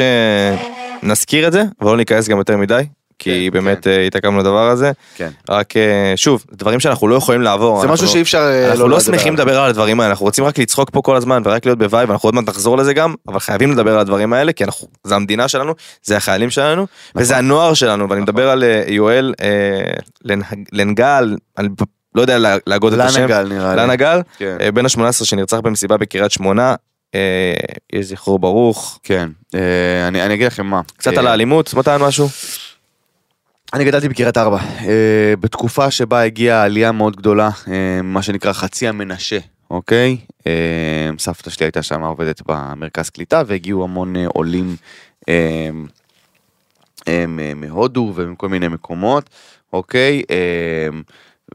[SPEAKER 3] שנזכיר את זה, אבל לא ניכנס גם יותר מדי, כי
[SPEAKER 2] כן,
[SPEAKER 3] באמת אה, התעכבנו לדבר הזה.
[SPEAKER 2] כן.
[SPEAKER 3] רק אה, שוב, דברים שאנחנו לא יכולים לעבור.
[SPEAKER 2] זה משהו
[SPEAKER 3] אנחנו-
[SPEAKER 2] שאי אפשר... אה,
[SPEAKER 3] אנחנו לא
[SPEAKER 2] לדבר
[SPEAKER 3] שמחים
[SPEAKER 2] עליו.
[SPEAKER 3] לדבר על הדברים האלה, אנחנו רוצים רק לצחוק פה כל הזמן ורק להיות בווייב, אנחנו עוד מעט נחזור לזה גם, אבל חייבים לדבר על הדברים האלה, כי אנחנו, זה המדינה שלנו, זה החיילים שלנו, וזה הנוער שלנו, ואני מדבר על אה, יואל אה, לנהג- לנגל, אני לא יודע לה- להגות את השם,
[SPEAKER 2] לנגל נראה לי.
[SPEAKER 3] לנגל,
[SPEAKER 2] כן.
[SPEAKER 3] אה, בן ה-18 שנרצח במסיבה בקריית שמונה, אה, יש זכרו ברוך,
[SPEAKER 2] כן, אה, אני אני אגיד לכם מה.
[SPEAKER 3] קצת
[SPEAKER 2] אה,
[SPEAKER 3] על האלימות, בוא טען משהו.
[SPEAKER 2] אני גדלתי בקריית ארבע, אה, בתקופה שבה הגיעה עלייה מאוד גדולה, אה, מה שנקרא חצי המנשה, אוקיי? אה, סבתא שלי הייתה שם עובדת במרכז קליטה והגיעו המון אה, עולים אה, אה, מ- מהודו ומכל מיני מקומות, אוקיי? אה,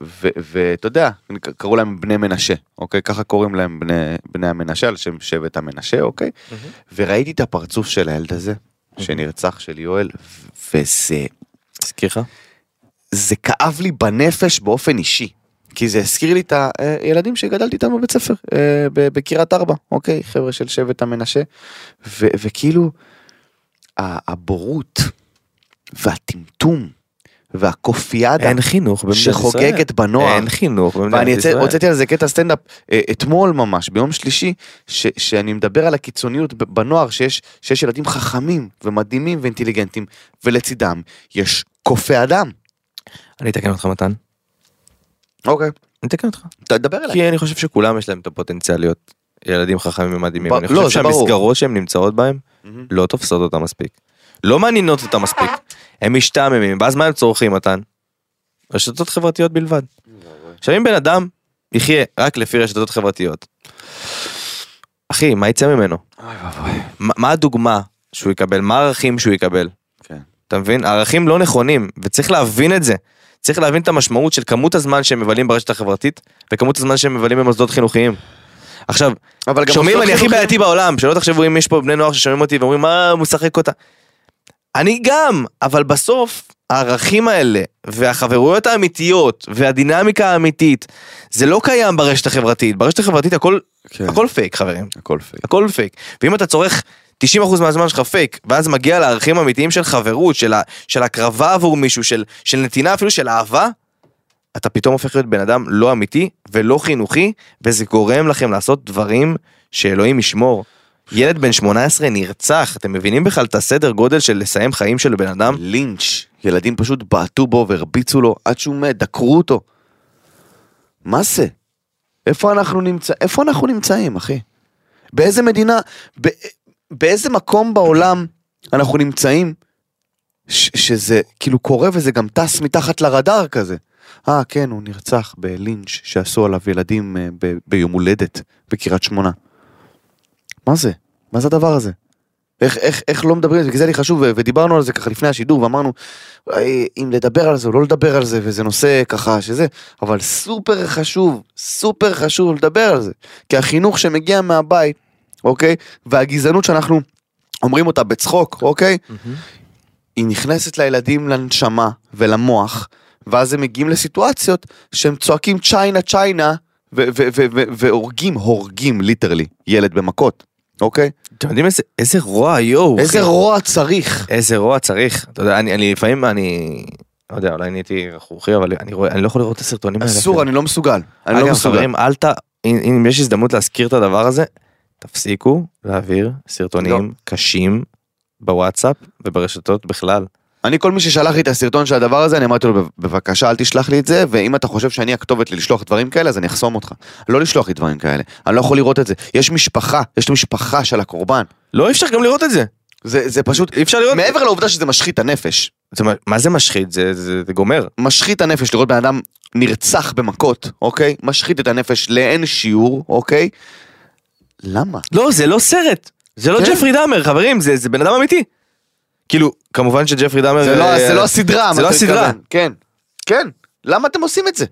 [SPEAKER 2] ו- ואתה יודע, ק- קראו להם בני מנשה, אוקיי? ככה קוראים להם בני, בני המנשה, על שם שבט המנשה, אוקיי? וראיתי את הפרצוף של הילד הזה, שנרצח של יואל, ו- וזה...
[SPEAKER 3] הזכיר לך?
[SPEAKER 2] זה כאב לי בנפש באופן אישי. כי זה הזכיר לי את הילדים שגדלתי איתם בבית ספר, אה, ב- בקריית ארבע, אוקיי? חבר'ה של שבט המנשה. ו- וכאילו, ה- הבורות והטמטום והקופיאדה
[SPEAKER 3] אין חינוך במדינת ישראל.
[SPEAKER 2] שחוגגת בנוער.
[SPEAKER 3] אין חינוך במדינת
[SPEAKER 2] ואני
[SPEAKER 3] ישראל.
[SPEAKER 2] יצא- הוצאתי על זה קטע סטנדאפ אה, אתמול ממש, ביום שלישי, ש- שאני מדבר על הקיצוניות ב- בנוער, שיש שיש ילדים חכמים ומדהימים ואינטליגנטים, ולצידם יש קופי אדם.
[SPEAKER 3] אני אתקן אותך מתן. אני
[SPEAKER 2] אוקיי.
[SPEAKER 3] אתקן אותך.
[SPEAKER 2] תדבר אליי.
[SPEAKER 3] כי אני חושב שכולם יש להם את הפוטנציאל להיות ילדים חכמים ומדהימים.
[SPEAKER 2] ב-
[SPEAKER 3] אני
[SPEAKER 2] לא,
[SPEAKER 3] חושב
[SPEAKER 2] זה ברור.
[SPEAKER 3] שהמסגרות שהם נמצאות בהם
[SPEAKER 2] מהמם.
[SPEAKER 3] לא תופסות אותם מספיק. לא מעניינות אותם מספיק. הם משתעממים, ואז מה הם צורכים מתן? רשתות חברתיות בלבד. עכשיו אם בן אדם יחיה רק לפי רשתות חברתיות. אחי, מה יצא ממנו?
[SPEAKER 2] אוי ואבוי.
[SPEAKER 3] מה מה הדוגמה שהוא יקבל? מה הערכים שהוא יקבל?
[SPEAKER 2] כן.
[SPEAKER 3] אתה מבין? הערכים לא נכונים, וצריך להבין את זה. צריך להבין את המשמעות של כמות הזמן שהם מבלים ברשת החברתית, וכמות הזמן שהם מבלים במוסדות חינוכיים. עכשיו,
[SPEAKER 2] אבל
[SPEAKER 3] שומעים, אני הכי בעייתי בעולם, שלא תחשבו אם יש פה בני נוער ששומעים אותי ואומרים, מה, הוא משחק אותה. אני גם, אבל בסוף, הערכים האלה, והחברויות האמיתיות, והדינמיקה האמיתית, זה לא קיים ברשת החברתית. ברשת החברתית הכל,
[SPEAKER 2] כן.
[SPEAKER 3] הכל פייק, חברים.
[SPEAKER 2] הכל פייק.
[SPEAKER 3] הכל פייק. ואם אתה צורך 90% מהזמן שלך פייק, ואז מגיע לערכים אמיתיים של חברות, של, ה, של הקרבה עבור מישהו, של, של נתינה אפילו של אהבה, אתה פתאום הופך להיות בן אדם לא אמיתי ולא חינוכי, וזה גורם לכם לעשות דברים שאלוהים ישמור. ילד בן 18 נרצח, אתם מבינים בכלל את הסדר גודל של לסיים חיים של בן אדם?
[SPEAKER 2] לינץ'. ילדים פשוט בעטו בו והרביצו לו עד שהוא מת, דקרו אותו. מה זה? איפה אנחנו נמצא... איפה אנחנו נמצאים, אחי? באיזה מדינה... ב... באיזה מקום בעולם אנחנו נמצאים ש... שזה כאילו קורה וזה גם טס מתחת לרדאר כזה? אה, כן, הוא נרצח בלינץ' שעשו עליו ילדים אה, ב... ביום הולדת בקריית שמונה. מה זה? מה זה הדבר הזה? איך, איך, איך לא מדברים על זה, כי זה היה לי חשוב, ו- ודיברנו על זה ככה לפני השידור, ואמרנו, אולי אם לדבר על זה או לא לדבר על זה, וזה נושא ככה שזה, אבל סופר חשוב, סופר חשוב לדבר על זה, כי החינוך שמגיע מהבית, אוקיי, והגזענות שאנחנו אומרים אותה בצחוק, אוקיי, היא נכנסת לילדים לנשמה ולמוח, ואז הם מגיעים לסיטואציות שהם צועקים צ'יינה צ'יינה, ו- ו- ו- ו- והורגים, הורגים ליטרלי, ילד במכות, אוקיי?
[SPEAKER 3] אתם יודעים איזה, איזה רוע יואו.
[SPEAKER 2] איזה
[SPEAKER 3] אחי.
[SPEAKER 2] רוע צריך.
[SPEAKER 3] איזה רוע צריך. אתה יודע, אני, אני לפעמים, אני... לא יודע, אולי נהייתי רכרוכי, אבל אני, רואה, אני לא יכול לראות את הסרטונים האלה.
[SPEAKER 2] אסור, אני לא מסוגל. אני לא
[SPEAKER 3] אגב
[SPEAKER 2] מסוגל.
[SPEAKER 3] חברים אל ת... אם אם יש הזדמנות להזכיר את הדבר הזה, תפסיקו להעביר סרטונים קשים בוואטסאפ וברשתות בכלל.
[SPEAKER 2] אני כל מי ששלח לי את הסרטון של הדבר הזה, אני אמרתי לו, "בב- בבקשה אל תשלח לי את זה, ואם אתה חושב שאני הכתובת ללשלוח דברים כאלה, אז אני אחסום אותך. לא לשלוח לי דברים כאלה, אני לא יכול לראות את זה. יש משפחה, יש לי משפחה של הקורבן.
[SPEAKER 3] לא אי אפשר גם לראות את זה.
[SPEAKER 2] זה זה פשוט,
[SPEAKER 3] אי אפשר לראות.
[SPEAKER 2] מעבר לעובדה שזה משחית את הנפש.
[SPEAKER 3] זה מה- מה זה משחית? זה- זה זה גומר.
[SPEAKER 2] משחית את הנפש לראות בן אדם נרצח במכות, אוקיי? משחית את הנפש לאין שיעור, אוקיי? למה?
[SPEAKER 3] לא, זה לא סרט. זה לא
[SPEAKER 2] כן.
[SPEAKER 3] ג'פרי דאמר, חברים, זה זה בן אדם אמיתי. כאילו, כמובן שג'פרי דאמר...
[SPEAKER 2] זה לא-
[SPEAKER 3] אה,
[SPEAKER 2] זה לא הסדרה, מה
[SPEAKER 3] זה לא
[SPEAKER 2] אתה
[SPEAKER 3] הסדרה.
[SPEAKER 2] מתכוון. כן, כן. למה אתם עושים את זה?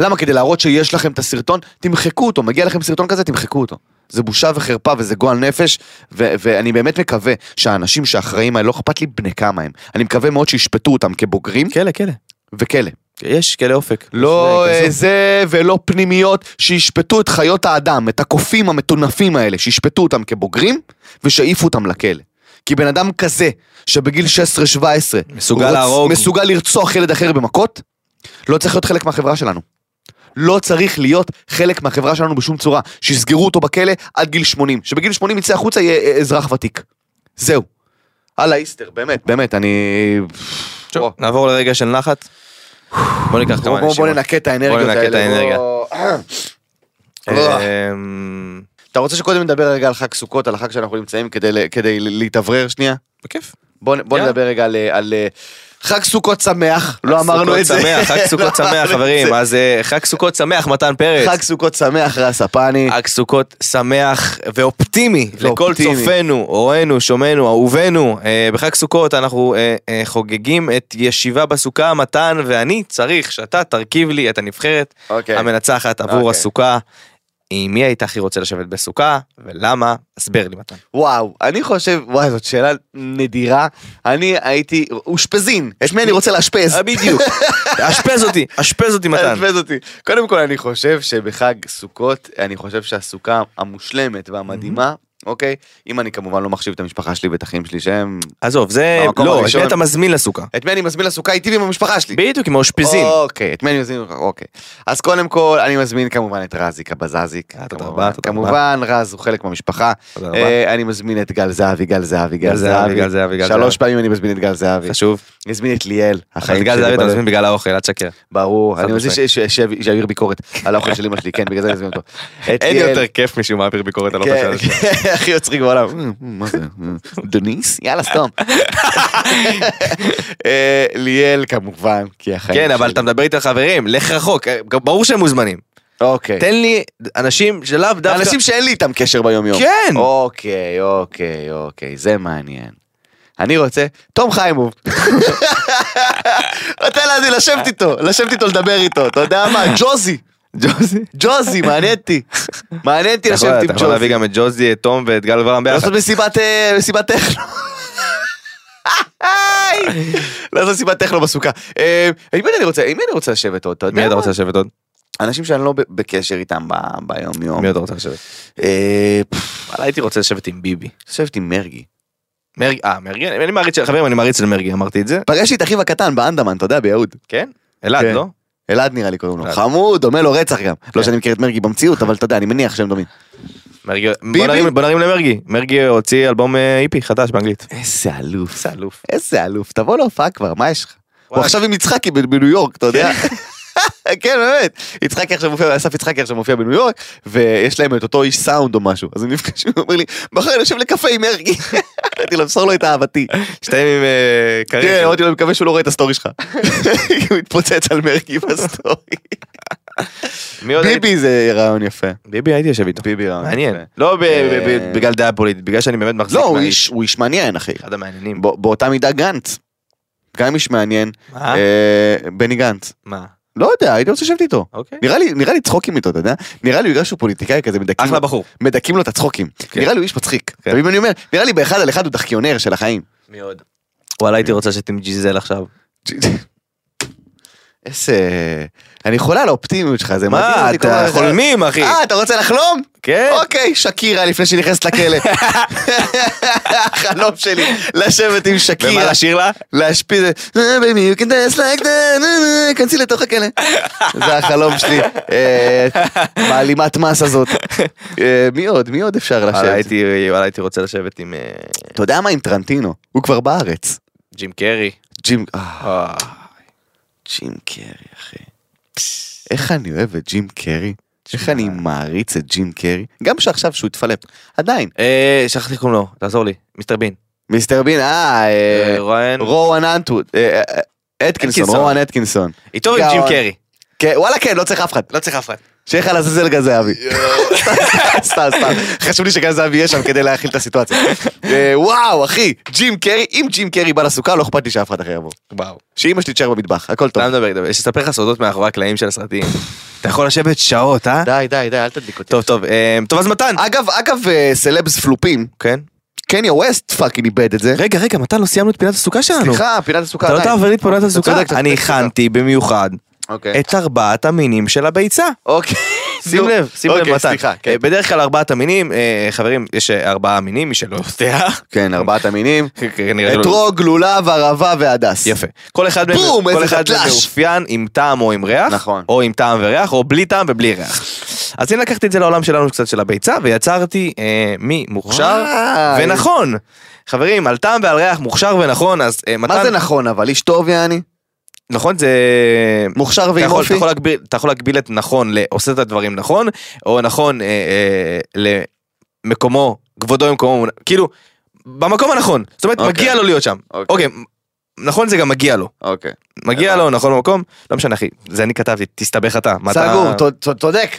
[SPEAKER 2] למה כדי להראות שיש לכם את הסרטון? תמחקו אותו, מגיע לכם סרטון כזה, תמחקו אותו. זה בושה וחרפה וזה גועל נפש, ו- ואני באמת מקווה שהאנשים שאחראים האלה, לא אכפת לי בני כמה הם, אני מקווה מאוד שישפטו אותם כבוגרים
[SPEAKER 3] כלא, כלא.
[SPEAKER 2] וכלא.
[SPEAKER 3] יש כלא אופק.
[SPEAKER 2] לא
[SPEAKER 3] יש,
[SPEAKER 2] אה,
[SPEAKER 3] כנסו.
[SPEAKER 2] זה ולא פנימיות, שישפטו את חיות האדם, את הקופים המטונפים האלה, שישפטו אותם כבוגרים ושיעיפו אותם לכלא. כי בן אדם כזה, שבגיל 16-17,
[SPEAKER 3] מסוגל
[SPEAKER 2] הוא רוצ-
[SPEAKER 3] להרוג.
[SPEAKER 2] מסוגל לרצוח ילד אחר במכות, לא צריך להיות חלק מהחברה שלנו. לא צריך להיות חלק מהחברה שלנו בשום צורה. שיסגרו אותו בכלא עד גיל 80. שבגיל 80 יצא החוצה יהיה אה, אזרח ותיק. זהו. הלאה איסטר, באמת, באמת, אני...
[SPEAKER 3] טוב, נעבור לרגע של נחת. בוא ניקח
[SPEAKER 2] בוא,
[SPEAKER 3] כמה
[SPEAKER 2] בוא,
[SPEAKER 3] אנשים.
[SPEAKER 2] בוא ננקה את האנרגיות
[SPEAKER 3] בוא ננקה את
[SPEAKER 2] האלה.
[SPEAKER 3] האנרגיה.
[SPEAKER 2] בוא... אה,
[SPEAKER 3] אמ,
[SPEAKER 2] אתה רוצה שקודם נדבר רגע על חג סוכות, על החג שאנחנו נמצאים כדי, ל- כדי ל- להתאוורר שנייה?
[SPEAKER 3] בכיף.
[SPEAKER 2] בוא, בוא
[SPEAKER 3] יאללה.
[SPEAKER 2] נדבר רגע על, על אה, חג סוכות שמח, לא אמרנו
[SPEAKER 3] סוכות
[SPEAKER 2] את זה.
[SPEAKER 3] שמח, חג
[SPEAKER 2] לא
[SPEAKER 3] סוכות
[SPEAKER 2] אמרנו
[SPEAKER 3] שמח
[SPEAKER 2] את
[SPEAKER 3] חברים,
[SPEAKER 2] זה.
[SPEAKER 3] אז אה, חג סוכות שמח מתן פרץ.
[SPEAKER 2] חג סוכות שמח, רס הפני.
[SPEAKER 3] חג סוכות שמח ואופטימי לכל
[SPEAKER 2] ואופטימי.
[SPEAKER 3] צופינו, רואינו, שומענו, אהובנו. אה, בחג סוכות אנחנו אה, אה, חוגגים את ישיבה בסוכה, מתן, ואני צריך שאתה תרכיב לי את הנבחרת
[SPEAKER 2] אוקיי.
[SPEAKER 3] המנצחת עבור
[SPEAKER 2] אוקיי.
[SPEAKER 3] הסוכה. עם מי היית הכי רוצה לשבת בסוכה, ולמה? הסבר לי מתן.
[SPEAKER 2] וואו, אני חושב, וואי, זאת שאלה נדירה. אני הייתי אושפזין, את מי אני רוצה לאשפז?
[SPEAKER 3] אה, בדיוק. אשפז אותי, אשפז אותי מתן.
[SPEAKER 2] אשפז אותי. קודם כל אני חושב שבחג סוכות, אני חושב שהסוכה המושלמת והמדהימה, אוקיי? אם אני כמובן לא מחשיב את המשפחה שלי ואת אחים שלי שהם...
[SPEAKER 3] עזוב, זה...
[SPEAKER 2] במקום
[SPEAKER 3] לא, את
[SPEAKER 2] הראשון.
[SPEAKER 3] מי אתה מזמין לסוכה?
[SPEAKER 2] את מי אני מזמין לסוכה איתי ועם המשפחה שלי.
[SPEAKER 3] בדיוק, עם האושפזין.
[SPEAKER 2] אוקיי, את מי אני מזמין לך? אוקיי. אז קודם כל, אני מזמין כמובן את רזיק הבזזיק.
[SPEAKER 3] אה, תודה
[SPEAKER 2] כמובן.
[SPEAKER 3] רבה, תודה
[SPEAKER 2] כמובן, רז הוא חלק מהמשפחה.
[SPEAKER 3] תודה רבה.
[SPEAKER 2] אה, אני מזמין את גל זהבי, גל זהבי, גל
[SPEAKER 3] גל זהבי,
[SPEAKER 2] זהבי.
[SPEAKER 3] גל זהבי, גל
[SPEAKER 2] שלוש
[SPEAKER 3] זהבי.
[SPEAKER 2] פעמים אני מזמין את גל זהבי.
[SPEAKER 3] חשוב.
[SPEAKER 2] אני מזמין את ליאל,
[SPEAKER 3] אבל
[SPEAKER 2] החיים
[SPEAKER 3] את גל
[SPEAKER 2] שלי
[SPEAKER 3] זהבי אתה
[SPEAKER 2] בלב.
[SPEAKER 3] מזמין בגלל האוכל, אל תשקר.
[SPEAKER 2] ברור,
[SPEAKER 3] חד
[SPEAKER 2] אני מזמין
[SPEAKER 3] משמעית.
[SPEAKER 2] ש- ש- ש- שיעביר ביקורת על האוכל של אמא שלי, כן, בגלל זה אני מזמין אותו. את
[SPEAKER 3] אין
[SPEAKER 2] ליאל.
[SPEAKER 3] יותר אה, כיף משהוא מעביר ביקורת על
[SPEAKER 2] כן,
[SPEAKER 3] האוכל שלו.
[SPEAKER 2] כן, הכי מצחיק בעולם. מה זה?
[SPEAKER 3] אה.
[SPEAKER 2] דניס? יאללה, סתום. אה, ליאל כמובן, כי החיים
[SPEAKER 3] כן, אבל
[SPEAKER 2] שלי.
[SPEAKER 3] אתה מדבר איתי על חברים, לך רחוק, אה, גם ברור שהם מוזמנים.
[SPEAKER 2] אוקיי.
[SPEAKER 3] תן לי אנשים שלאו דווקא...
[SPEAKER 2] אנשים שאין לי איתם קשר ביום יום.
[SPEAKER 3] כן!
[SPEAKER 2] אוקיי, אוקיי, אוקיי, זה מעניין. אני רוצה, תום חיימוב. נותן לי לשבת איתו, לשבת איתו לדבר איתו, אתה יודע מה, ג'וזי.
[SPEAKER 3] ג'וזי.
[SPEAKER 2] ג'וזי, מעניין אותי. מעניין אותי
[SPEAKER 3] אתה יכול-
[SPEAKER 2] לשבת
[SPEAKER 3] אתה
[SPEAKER 2] עם
[SPEAKER 3] יכול
[SPEAKER 2] ג'וזי.
[SPEAKER 3] להביא גם את ג'וזי, את תום ואת גל ורם ביחד.
[SPEAKER 2] לעשות מסיבת אה, מסיבת טכנו. היי! לעשות מסיבת טכנו בסוכה. אה, עם מי אני רוצה, עם מי אני רוצה לשבת עוד? אתה יודע
[SPEAKER 3] מי אתה
[SPEAKER 2] מה?
[SPEAKER 3] רוצה לשבת עוד?
[SPEAKER 2] אנשים שאני לא ב- בקשר איתם ב- ביום יום.
[SPEAKER 3] מי אתה רוצה לשבת? וואלה, הייתי רוצה לשבת עם ביבי.
[SPEAKER 2] לשבת עם מרגי.
[SPEAKER 3] מרגי, אה, מרגי, אני אני מעריץ של... חברים, אני מעריץ של מרגי, אמרתי את זה.
[SPEAKER 2] פגשתי את אחיו הקטן באנדמן, אתה יודע, ביהוד.
[SPEAKER 3] כן? אלעד,
[SPEAKER 2] כן.
[SPEAKER 3] לא?
[SPEAKER 2] אלעד נראה לי קוראים לו.
[SPEAKER 3] אלעד.
[SPEAKER 2] חמוד, דומה לו רצח גם. לא שאני מכיר את מרגי במציאות, אבל אתה יודע, אני מניח שהם דומים.
[SPEAKER 3] מרגי- בוא נרים- בוא נרים למרגי. מרגי הוציא אלבום אה, איפי חדש באנגלית.
[SPEAKER 2] איזה אלוף.
[SPEAKER 3] איזה אלוף.
[SPEAKER 2] איזה אלוף. תבוא להופעה כבר, מה יש לך? הוא
[SPEAKER 3] וואי.
[SPEAKER 2] עכשיו עם יצחקי ב- בניו יורק, אתה יודע. כן, באמת. יצחקי עכשיו מופיע, אסף יצחקי עכשיו מופיע בניו יורק, ויש להם את אותו איש סאונד או משהו. אז הם נפגשים, הוא אומר לי, מחר אני יושב לקפה עם מרגי. אמרתי לו, מסור לו את אהבתי.
[SPEAKER 3] שתיים עם אה, קארין.
[SPEAKER 2] כן, אמרתי לו, אני מקווה שהוא לא רואה את הסטורי שלך. הוא התפוצץ על מרגי בסטורי.
[SPEAKER 3] מי עוד הייתי-
[SPEAKER 2] ביבי זה רעיון יפה.
[SPEAKER 3] ביבי הייתי יושב איתו.
[SPEAKER 2] לא ביבי רעיון
[SPEAKER 3] מעניין.
[SPEAKER 2] יפה.
[SPEAKER 3] לא ב- ב- ב-
[SPEAKER 2] אה,
[SPEAKER 3] בגלל דעה פוליטית, בגלל שאני באמת מחזיק.
[SPEAKER 2] לא, הוא
[SPEAKER 3] מהאיש.
[SPEAKER 2] איש- הוא איש מעניין, אחי.
[SPEAKER 3] אחד המעניינים.
[SPEAKER 2] בא- באותה מידה גנץ. גם איש מעניין.
[SPEAKER 3] מה?
[SPEAKER 2] אה, בני גנץ.
[SPEAKER 3] מה?
[SPEAKER 2] לא יודע, הייתי רוצה לשבת איתו.
[SPEAKER 3] אוקיי.
[SPEAKER 2] נראה לי, נראה לי צחוקים איתו, אתה יודע? נראה לי בגלל שהוא פוליטיקאי כזה, מדכאים,
[SPEAKER 3] אחלה בחור.
[SPEAKER 2] מדכאים לו את הצחוקים.
[SPEAKER 3] כן.
[SPEAKER 2] נראה לי הוא איש מצחיק. אתה מבין מה אני אומר? נראה לי באחד על אחד הוא דחקיונר של החיים.
[SPEAKER 3] מי עוד? וואלה הייתי רוצה לשבת עם ג'יזל עכשיו.
[SPEAKER 2] איזה... אני חולה על האופטימיות שלך, זה מדהים
[SPEAKER 3] מה
[SPEAKER 2] אותי כל
[SPEAKER 3] אתה
[SPEAKER 2] הזמן.
[SPEAKER 3] חולמים אחי.
[SPEAKER 2] אה, אתה רוצה לחלום?
[SPEAKER 3] כן.
[SPEAKER 2] אוקיי, שקירה לפני שהיא נכנסת לכלא. החלום שלי, לשבת עם
[SPEAKER 3] ומה
[SPEAKER 2] שקירה.
[SPEAKER 3] לשיר לה?
[SPEAKER 2] להשפיל, אה, baby, you can dance like that, אה, אה, כנסי לתוך הכלא. זה החלום שלי. אה, מעלימת מס הזאת. אה, מי עוד? מי עוד אפשר
[SPEAKER 3] וואלה
[SPEAKER 2] לשבת?
[SPEAKER 3] הייתי- וואלה, הייתי רוצה לשבת עם אה,
[SPEAKER 2] אתה יודע מה עם טרנטינו? הוא כבר בארץ.
[SPEAKER 3] ג'ים קרי.
[SPEAKER 2] ג'ים... אה,
[SPEAKER 3] אה,
[SPEAKER 2] ג'ים קרי, אחי. איך אני אוהב את ג'ים קרי. איך אני מעריץ את ג'ים קרי. גם שעכשיו שהוא התפלפ. עדיין.
[SPEAKER 3] אה, שכחתי איך קוראים לו, תעזור לי. מיסטר בין.
[SPEAKER 2] מיסטר בין, אה... אה,
[SPEAKER 3] אה, רואן.
[SPEAKER 2] רואן אנטווד. אה, אה, אתקינסון,
[SPEAKER 3] אתקינסון.
[SPEAKER 2] רואן אתקינסון.
[SPEAKER 3] איתו ועם
[SPEAKER 2] גאון.
[SPEAKER 3] ג'ים קרי.
[SPEAKER 2] כן, וואלה כן, לא צריך אף אחד.
[SPEAKER 3] לא צריך אף אחד.
[SPEAKER 2] שיהיה לך לעזאזל גן זהבי. סתם, סתם. חשוב לי שגן זהבי יהיה שם כדי להכיל את הסיטואציה. אה, וואו, אחי, ג'ים קרי, אם ג'ים קרי בא לסוכה, לא אכפת לי שאף אחד אחר יבוא.
[SPEAKER 3] וואו.
[SPEAKER 2] שאימא שלי תישאר במטבח, הכל טוב.
[SPEAKER 3] לא מדבר, דבר. יש לספר לך סודות מאחורי הקלעים של הסרטים. אתה יכול לשבת שעות, אה?
[SPEAKER 2] די, די, די, אל תדליק אותי.
[SPEAKER 3] טוב, טוב, אה, טוב, אז מתן.
[SPEAKER 2] אגב, אגב, אה, סלבס פלופים,
[SPEAKER 3] כן.
[SPEAKER 2] קניה ווסט פאקינג איבד את זה.
[SPEAKER 3] רגע, רגע, מתן, לא סיימנו את פינת הסוכה שלנו.
[SPEAKER 2] סליחה, פינת הסוכה
[SPEAKER 3] אתה לא
[SPEAKER 2] עדיין.
[SPEAKER 3] תעבור לי את פינת הסוכה.
[SPEAKER 2] צודק, אתה
[SPEAKER 3] אני
[SPEAKER 2] צודק, צודק.
[SPEAKER 3] הכנתי במיוחד
[SPEAKER 2] אוקיי.
[SPEAKER 3] את ארבעת המינים של הביצה.
[SPEAKER 2] אוקיי.
[SPEAKER 3] שים
[SPEAKER 2] נו.
[SPEAKER 3] לב, שים לב
[SPEAKER 2] אוקיי,
[SPEAKER 3] מתן.
[SPEAKER 2] סליחה, כן.
[SPEAKER 3] אה, בדרך כלל ארבעת המינים, אה, חברים, יש אה, ארבעה מינים, מי שלא יודע.
[SPEAKER 2] כן, ארבעת המינים.
[SPEAKER 3] כנראה שלא-
[SPEAKER 2] אתרוג, לולב, ערבה והדס.
[SPEAKER 3] לא- יפה. כל אחד מהם
[SPEAKER 2] בום,
[SPEAKER 3] כל
[SPEAKER 2] איזה
[SPEAKER 3] אחד מהם
[SPEAKER 2] דתל"ש.
[SPEAKER 3] מאופיין עם טעם או עם ריח,
[SPEAKER 2] נכון.
[SPEAKER 3] או עם טעם וריח, או בלי טעם ובלי ריח. אז הנה לקחתי את זה לעולם שלנו קצת של הביצה, ויצרתי אה, מי מוכשר
[SPEAKER 2] וואי.
[SPEAKER 3] ונכון. חברים, על טעם ועל ריח, מוכשר ונכון, אז אה, מתן...
[SPEAKER 2] מה זה נכון אבל? איש טוב יעני?
[SPEAKER 3] נכון, זה...
[SPEAKER 2] מוכשר
[SPEAKER 3] אתה
[SPEAKER 2] ועם
[SPEAKER 3] יכול,
[SPEAKER 2] אופי?
[SPEAKER 3] אתה, יכול להגביל, אתה יכול להגביל את נכון לעושה את הדברים נכון, או נכון אה, אה, למקומו, כבודו במקומו, מונ- כאילו, במקום הנכון. זאת אומרת,
[SPEAKER 2] אוקיי.
[SPEAKER 3] מגיע לו להיות שם.
[SPEAKER 2] אוקיי.
[SPEAKER 3] אוקיי, נכון זה גם מגיע לו.
[SPEAKER 2] אוקיי.
[SPEAKER 3] מגיע לו, נכון במקום? לא משנה אחי, זה אני כתבתי, תסתבך אתה. מה אתה-
[SPEAKER 2] סגור, ת- ת- צודק.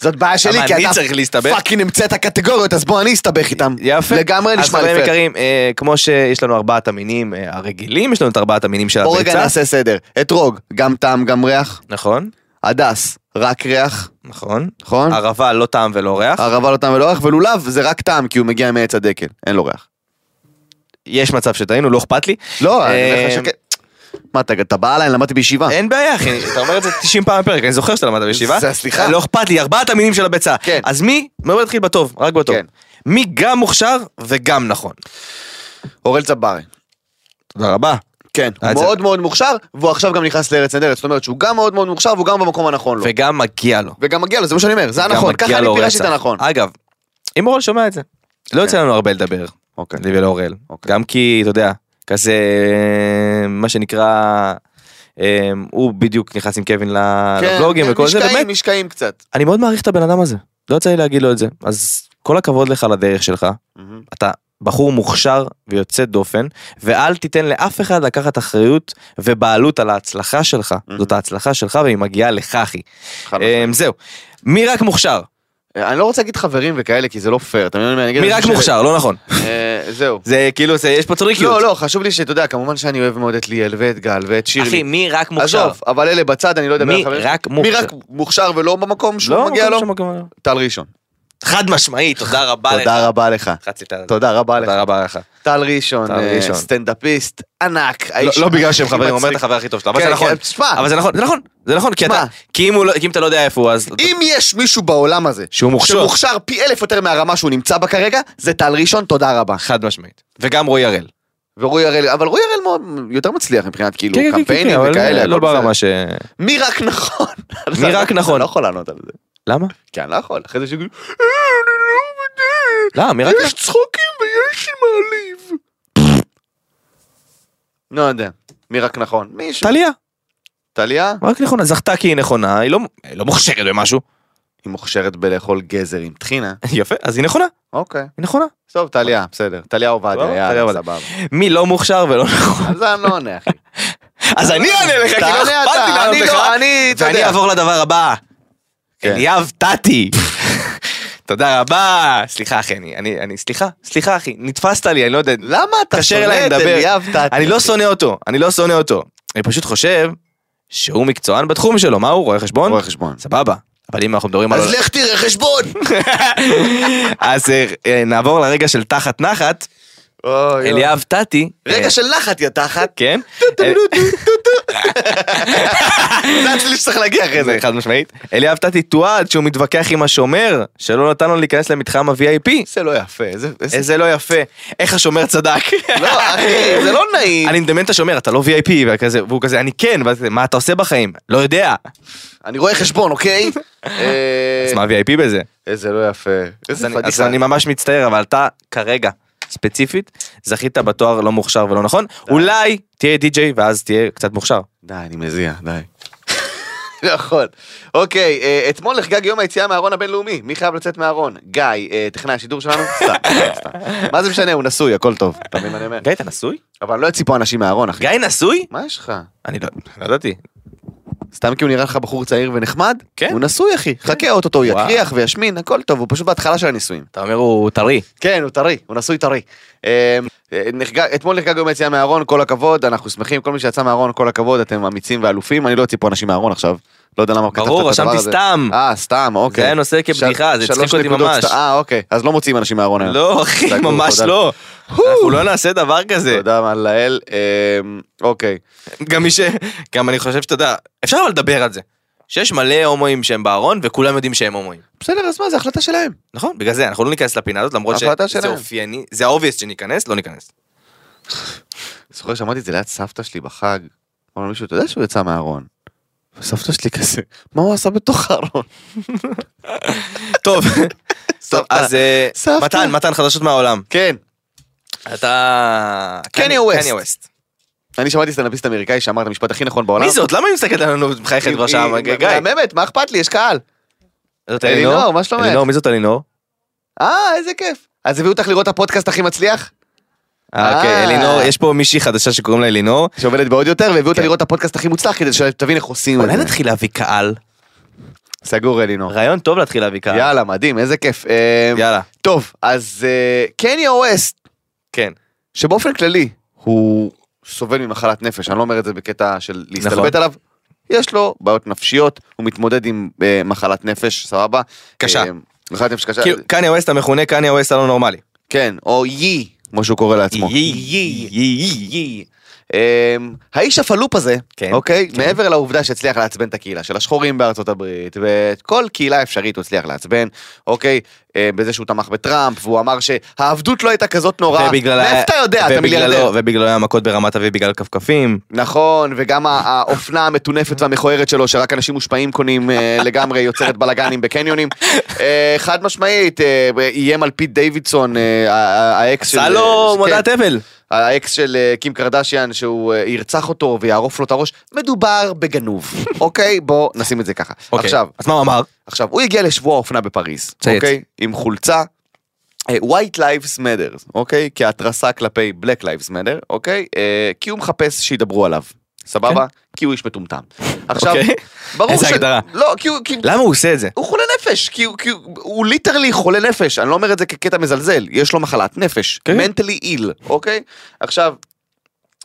[SPEAKER 2] זאת בעיה שלי,
[SPEAKER 3] אבל
[SPEAKER 2] כי
[SPEAKER 3] אני
[SPEAKER 2] אתה
[SPEAKER 3] צריך להסתבך.
[SPEAKER 2] פאקינג המצאת קטגוריות, אז בוא אני אסתבך איתם.
[SPEAKER 3] יפה.
[SPEAKER 2] לגמרי נשמע
[SPEAKER 3] אז חברים
[SPEAKER 2] יפה.
[SPEAKER 3] יקרים, אה, כמו שיש לנו ארבעת המינים אה, הרגילים, יש לנו את ארבעת המינים של
[SPEAKER 2] בוא רגע
[SPEAKER 3] הביצה.
[SPEAKER 2] נעשה סדר. אתרוג, גם טעם, גם ריח.
[SPEAKER 3] נכון,
[SPEAKER 2] הדס, רק ריח,
[SPEAKER 3] נכון.
[SPEAKER 2] נכון?
[SPEAKER 3] ערבה לא טעם ולא ריח.
[SPEAKER 2] ערבה לא טעם ולא ריח, ולולב זה רק טעם, כי הוא מגיע מעץ הדקל, אין לו ריח.
[SPEAKER 3] יש מצב שטעינו, לא אכפת לי.
[SPEAKER 2] לא,
[SPEAKER 3] אה,
[SPEAKER 2] אני הולך לשקר. מה, אתה- אתה בא עליי? למדתי בישיבה.
[SPEAKER 3] אין בעיה אחי, אתה אומר את זה 90 פעם בפרק, אני זוכר שאתה למדת בישיבה.
[SPEAKER 2] אה. זה- סליחה.
[SPEAKER 3] לא אכפת לי, ארבעת המינים של הביצה.
[SPEAKER 2] כן.
[SPEAKER 3] אז מי, בוא נתחיל בטוב, רק בטוב.
[SPEAKER 2] כן.
[SPEAKER 3] מי גם מוכשר וגם נכון.
[SPEAKER 2] אורל צברי.
[SPEAKER 3] תודה רבה.
[SPEAKER 2] כן, הוא
[SPEAKER 3] אה, זה-
[SPEAKER 2] מאוד מאוד מוכשר, והוא עכשיו גם נכנס לארץ נהדרת, זאת אומרת שהוא גם מאוד מאוד מוכשר והוא גם במקום הנכון לו.
[SPEAKER 3] לא. וגם מגיע לו.
[SPEAKER 2] וגם מגיע לו, זה מה שאני אומר, זה
[SPEAKER 3] גם
[SPEAKER 2] הנכון,
[SPEAKER 3] מגיע
[SPEAKER 2] ככה אני
[SPEAKER 3] לו
[SPEAKER 2] פירשתי את
[SPEAKER 3] רצח. אה,
[SPEAKER 2] הנכון.
[SPEAKER 3] אגב, אם אורל שומע את זה, לא יוצא לנו הרבה לדבר,
[SPEAKER 2] כן. אוקיי.
[SPEAKER 3] לי ולאורל.
[SPEAKER 2] אוקיי.
[SPEAKER 3] גם כי, אתה יודע, כזה, מה שנקרא, אה, הוא בדיוק נכנס עם קווין ל-
[SPEAKER 2] כן,
[SPEAKER 3] לבלוגים
[SPEAKER 2] כן,
[SPEAKER 3] וכל זה,
[SPEAKER 2] משקעים,
[SPEAKER 3] באמת,
[SPEAKER 2] משקעים קצת.
[SPEAKER 3] אני מאוד מעריך את הבן אדם הזה. לא יוצא לי להגיד לו את זה. אז כל הכבוד לך על הדרך שלך, אתה בחור מוכשר ויוצא דופן, ואל תיתן לאף אחד לקחת אחריות ובעלות על ההצלחה שלך. זאת ההצלחה שלך והיא מגיעה לך, אחי.
[SPEAKER 2] חד
[SPEAKER 3] אה, זהו. מי רק מוכשר?
[SPEAKER 2] אה, אני לא רוצה להגיד חברים וכאלה, כי זה לא פייר, אתה מבין מה אני אגיד?
[SPEAKER 3] מי רק
[SPEAKER 2] ש-
[SPEAKER 3] מוכשר, לא נכון.
[SPEAKER 2] אה, זהו.
[SPEAKER 3] זה כאילו, זה- יש פה צוריקיות.
[SPEAKER 2] לא, לא, חשוב לי שאתה יודע, כמובן שאני אוהב מאוד את ליאל ואת גל ואת שירלי.
[SPEAKER 3] אחי, מי רק מוכשר?
[SPEAKER 2] עזוב, אבל אלה בצד, אני לא אדבר
[SPEAKER 3] מי
[SPEAKER 2] על חברים.
[SPEAKER 3] רק
[SPEAKER 2] מי
[SPEAKER 3] מוכשר?
[SPEAKER 2] רק מוכשר ולא במקום שהוא
[SPEAKER 3] לא,
[SPEAKER 2] מגיע
[SPEAKER 3] מקום
[SPEAKER 2] לו?
[SPEAKER 3] שמקום לא.
[SPEAKER 2] טל ראשון.
[SPEAKER 3] חד משמעית, תודה רבה אה, לך.
[SPEAKER 2] תודה רבה לך.
[SPEAKER 3] חצי תל.
[SPEAKER 2] תודה רבה לך.
[SPEAKER 3] תודה רבה לך.
[SPEAKER 2] טל ראשון,
[SPEAKER 3] טל
[SPEAKER 2] אה,
[SPEAKER 3] ראשון.
[SPEAKER 2] סטנדאפיסט ענק.
[SPEAKER 3] לא
[SPEAKER 2] האיש
[SPEAKER 3] לא בגלל שהם
[SPEAKER 2] הכי
[SPEAKER 3] חברים, הוא אומר את
[SPEAKER 2] מצחיק.
[SPEAKER 3] החבר הכי טוב שלו, אבל
[SPEAKER 2] כן,
[SPEAKER 3] זה נכון.
[SPEAKER 2] כן, תשמע.
[SPEAKER 3] אבל זה נכון, זה נכון, זה נכון, כי אתה,
[SPEAKER 2] מה?
[SPEAKER 3] כי אם הוא לא- כי אם אתה לא יודע איפה הוא, אז...
[SPEAKER 2] אם יש מישהו בעולם הזה,
[SPEAKER 3] שהוא מוכשר.
[SPEAKER 2] שמוכשר פי אלף יותר מהרמה שהוא נמצא בה כרגע, זה טל ראשון, תודה רבה.
[SPEAKER 3] חד משמעית. וגם רועי הראל.
[SPEAKER 2] ורועי הראל, אבל רועי הראל מאוד- יותר מצליח מבחינת
[SPEAKER 3] כן,
[SPEAKER 2] כאילו קמפיינים
[SPEAKER 3] אבל
[SPEAKER 2] וכאלה.
[SPEAKER 3] לא
[SPEAKER 2] הכל בסדר.
[SPEAKER 3] ברמה ש...
[SPEAKER 2] מי רק נכון.
[SPEAKER 3] מי רק נכון.
[SPEAKER 2] אני לא יכול לענות על זה.
[SPEAKER 3] למה?
[SPEAKER 2] כי אני לא יכול, אחרי זה שיגידו, "אה,
[SPEAKER 3] לא, מי
[SPEAKER 2] אני
[SPEAKER 3] רק...
[SPEAKER 2] לא יודע, יש צחוקים ויש מעליב. לא יודע, מי רק נכון. מישהו.
[SPEAKER 3] טליה,
[SPEAKER 2] טליה?
[SPEAKER 3] רק נכונה, זכתה כי היא נכונה, היא לא- היא לא מוכשרת במשהו.
[SPEAKER 2] היא מוכשרת בלאכול גזר עם טחינה.
[SPEAKER 3] יפה, אז היא נכונה,
[SPEAKER 2] אוקיי.
[SPEAKER 3] היא נכונה.
[SPEAKER 2] טוב, טליה, בסדר. טליה עובדיה,
[SPEAKER 3] טוב, טליה
[SPEAKER 2] יאללה,
[SPEAKER 3] עובדיה.
[SPEAKER 2] סבבה.
[SPEAKER 3] מי לא מוכשר ולא נכון.
[SPEAKER 2] על זה אני לא עונה, אחי.
[SPEAKER 3] אז אני אענה לך, כי לא
[SPEAKER 2] תענה
[SPEAKER 3] אכפת
[SPEAKER 2] אתה,
[SPEAKER 3] לי לענות
[SPEAKER 2] אני
[SPEAKER 3] לך.
[SPEAKER 2] לא- אני, אתה
[SPEAKER 3] ואני
[SPEAKER 2] יודע.
[SPEAKER 3] אעבור לדבר הבא.
[SPEAKER 2] כן.
[SPEAKER 3] אליאב טאטי. תודה רבה. סליחה אחי, אני, אני, אני, סליחה, סליחה אחי, נתפסת לי, אני לא יודע.
[SPEAKER 2] למה אתה
[SPEAKER 3] תתקשר
[SPEAKER 2] שונא
[SPEAKER 3] אליי,
[SPEAKER 2] את
[SPEAKER 3] נדבר.
[SPEAKER 2] אליאב תת?
[SPEAKER 3] אני לא שונא אותו, אני לא שונא אותו. אני פשוט חושב שהוא מקצוען בתחום שלו, מה הוא, רואה חשבון?
[SPEAKER 2] רואה חשבון.
[SPEAKER 3] סבבה. אבל אם אנחנו מדברים על...
[SPEAKER 2] אז לך תראה חשבון!
[SPEAKER 3] אז אה, אה, נעבור לרגע של תחת נחת. אליאב טאטי.
[SPEAKER 2] רגע
[SPEAKER 3] אה,
[SPEAKER 2] של לחת, יא תחת.
[SPEAKER 3] כן.
[SPEAKER 2] זה הצליל שצריך להגיע אחרי זה.
[SPEAKER 3] זה חד משמעית. אליאב טאטי תועד שהוא מתווכח עם השומר שלא נתן לו להיכנס למתחם ה-VIP.
[SPEAKER 2] זה לא יפה, איזה... איזה-
[SPEAKER 3] איזה לא יפה. איך השומר צדק.
[SPEAKER 2] לא, אחי, זה לא נעים.
[SPEAKER 3] אה, אני מדמיין את השומר, אתה לא VIP, וכזה- והוא כזה, אני כן, ואז כזה, מה אתה עושה בחיים? לא יודע.
[SPEAKER 2] אה. אני רואה חשבון, אוקיי? אה,
[SPEAKER 3] אז מה VIP בזה?
[SPEAKER 2] איזה לא יפה.
[SPEAKER 3] אז
[SPEAKER 2] איזה
[SPEAKER 3] אני- אז
[SPEAKER 2] פדיחה.
[SPEAKER 3] אני ממש מצטער, אבל אתה כרגע, ספציפית, זכית בתואר לא מוכשר ולא נכון. אולי תהיה די-ג'יי ואז תהיה קצת מוכשר.
[SPEAKER 2] די, אני מזיע, די. לא יכול. אוקיי, אה, אתמול נחגג יום היציאה מהארון הבינלאומי. מי חייב לצאת מהארון? גיא, אה, טכנאי השידור שלנו? סתם, סתם, סתם. מה זה משנה, הוא נשוי, הכל טוב. אתה מבין מה אני אומר?
[SPEAKER 3] גיא, אתה נשוי?
[SPEAKER 2] אבל לא יצאו פה אנשים מהארון, אחי.
[SPEAKER 3] גיא נשוי?
[SPEAKER 2] מה יש לך?
[SPEAKER 3] אני לא לא ידעתי.
[SPEAKER 2] סתם כי הוא נראה לך בחור צעיר ונחמד?
[SPEAKER 3] כן.
[SPEAKER 2] הוא נשוי אחי, חכה אוטוטו, הוא
[SPEAKER 3] וואו.
[SPEAKER 2] יקריח וישמין, הכל טוב, הוא פשוט בהתחלה של הנישואים.
[SPEAKER 3] אתה אומר הוא טרי.
[SPEAKER 2] כן, הוא טרי, הוא נשוי טרי. אה, אה, נחגג- אתמול נחגג יום היציאה מהארון, כל הכבוד, אנחנו שמחים, כל מי שיצא מהארון, כל הכבוד, אתם אמיצים ואלופים, אני לא אוציא פה אנשים מהארון עכשיו, לא יודע למה כתבת את הדבר
[SPEAKER 3] ברור,
[SPEAKER 2] הזה.
[SPEAKER 3] רשמתי סתם.
[SPEAKER 2] אה, סתם, אוקיי.
[SPEAKER 3] זה היה נושא כבדיחה, זה
[SPEAKER 2] שלוש
[SPEAKER 3] הצחיק אותי
[SPEAKER 2] נקודות
[SPEAKER 3] ממש.
[SPEAKER 2] סת- אה, אוקיי, אז לא מוציאים אנשים מהארון היום.
[SPEAKER 3] לא, אחי,
[SPEAKER 2] תודה,
[SPEAKER 3] ממש
[SPEAKER 2] תודה. אה,
[SPEAKER 3] לא. אנחנו לא נעשה דבר כזה.
[SPEAKER 2] תודה לאל, אה, אוקיי.
[SPEAKER 3] גם מי ש... גם אני חושב שאתה יודע, אפשר אבל לדבר על זה. שיש מלא הומואים שהם בארון וכולם יודעים שהם הומואים.
[SPEAKER 2] בסדר, אז מה, זה החלטה שלהם.
[SPEAKER 3] נכון? בגלל זה אנחנו לא ניכנס לפינה הזאת למרות
[SPEAKER 2] החלטה
[SPEAKER 3] שזה
[SPEAKER 2] שלהם.
[SPEAKER 3] אופייני, זה האובייסט שניכנס, לא ניכנס.
[SPEAKER 2] זוכר שאמרתי את זה ליד סבתא שלי בחג, אמר מישהו, אתה יודע שהוא יצא מהארון. וסבתא שלי כזה, מה הוא עשה בתוך הארון?
[SPEAKER 3] טוב, טוב,
[SPEAKER 2] סבתא.
[SPEAKER 3] אז אה,
[SPEAKER 2] סבתא.
[SPEAKER 3] מתן, מתן חדשות מהעולם.
[SPEAKER 2] כן.
[SPEAKER 3] אתה...
[SPEAKER 2] קניה ווסט.
[SPEAKER 3] קניה ווסט.
[SPEAKER 2] אני שמעתי סטנדאפיסט אמריקאי שאמר את המשפט הכי נכון בעולם.
[SPEAKER 3] מי זאת? למה היא מסתכלת עלינו בחייכת כבר
[SPEAKER 2] היא-
[SPEAKER 3] שם?
[SPEAKER 2] היא-
[SPEAKER 3] גיא.
[SPEAKER 2] היא מהממת, מה אכפת לי? יש קהל.
[SPEAKER 3] זאת
[SPEAKER 2] אלינור, מה שלומך?
[SPEAKER 3] אלינור, מי זאת אלינור?
[SPEAKER 2] אה, איזה כיף. אז הביאו אותך לראות את הפודקאסט הכי מצליח?
[SPEAKER 3] אה,
[SPEAKER 2] אה.
[SPEAKER 3] אוקיי, אלינור, יש פה מישהי חדשה שקוראים לה אלינור.
[SPEAKER 2] שעובדת בעוד יותר, והביאו אותה
[SPEAKER 3] כן.
[SPEAKER 2] לראות את הפודקאסט הכי מוצלח כדי שתבין איך עושים את
[SPEAKER 3] אולי
[SPEAKER 2] זה.
[SPEAKER 3] נתחיל להביא קהל.
[SPEAKER 2] סגור אלינור.
[SPEAKER 3] אה. רעיון טוב להתחיל להביא קהל.
[SPEAKER 2] יאללה, מדהים, איזה כיף. אה,
[SPEAKER 3] יאללה.
[SPEAKER 2] טוב, אז אה, קניה ווסט,
[SPEAKER 3] כן.
[SPEAKER 2] שבאופן כללי הוא סובל ממחלת נפש, אני לא אומר את זה בקטע של להסתלבט
[SPEAKER 3] נכון.
[SPEAKER 2] עליו, יש לו בעיות נפשיות, הוא מתמודד עם אה, מחלת נפש, סבבה?
[SPEAKER 3] קשה.
[SPEAKER 2] אה, מחלת נפש קשה,
[SPEAKER 3] כאילו, קניה ווסט המכונה קניה ווסט הלא נורמלי.
[SPEAKER 2] כן, או יי, כמו שהוא קורא לעצמו.
[SPEAKER 3] יי.
[SPEAKER 2] יי, יי. אמ, האיש הפלופ הזה,
[SPEAKER 3] כן.
[SPEAKER 2] אוקיי, מעבר לעובדה שהצליח לעצבן את הקהילה של השחורים בארצות הברית, ואת כל קהילה אפשרית הוא הצליח לעצבן, אוקיי, אה, בזה שהוא תמך בטראמפ, והוא אמר שהעבדות לא הייתה כזאת נוראה,
[SPEAKER 3] ובגלל ה-
[SPEAKER 2] מאיפה אתה יודע, אתה
[SPEAKER 3] ובגללו-
[SPEAKER 2] מיליארדר.
[SPEAKER 3] ובגללו לא היה מכות ברמת אביב בגלל כפכפים.
[SPEAKER 2] נכון, וגם ה- האופנה המטונפת והמכוערת שלו, שרק אנשים מושפעים קונים אה, לגמרי, יוצרת בלאגנים בקניונים. אה, חד משמעית, אה, איים על פיט דיווידסון, אה, ה- ה- האקס של...
[SPEAKER 3] עשה לו
[SPEAKER 2] כן,
[SPEAKER 3] מודעת אבל.
[SPEAKER 2] האקס של אה, קים קרדשיאן, שהוא אה, ירצח אותו ויערוף לו את הראש. מדובר בגנוב, אוקיי? בוא נשים את זה ככה.
[SPEAKER 3] אוקיי.
[SPEAKER 2] עכשיו,
[SPEAKER 3] אז מה הוא אמר?
[SPEAKER 2] עכשיו, הוא הגיע לשבוע האופנה בפריז,
[SPEAKER 3] צייץ.
[SPEAKER 2] אוקיי? עם חולצה. אה, White Lives Matter, אוקיי? כהתרסה כלפי Black Lives Matter, אוקיי? אה, כי הוא מחפש שידברו עליו, סבבה? כי הוא איש מטומטם. עכשיו,
[SPEAKER 3] כן. אוקיי.
[SPEAKER 2] ברור
[SPEAKER 3] איזה הגדרה.
[SPEAKER 2] לא, כי הוא... כי-
[SPEAKER 3] למה הוא עושה את זה?
[SPEAKER 2] הוא חולה נפש, כי הוא, כי הוא, הוא ליטרלי חולה נפש, אני לא אומר את זה כקטע מזלזל, יש לו מחלת נפש,
[SPEAKER 3] כן.
[SPEAKER 2] מנטלי איל, אוקיי? עכשיו,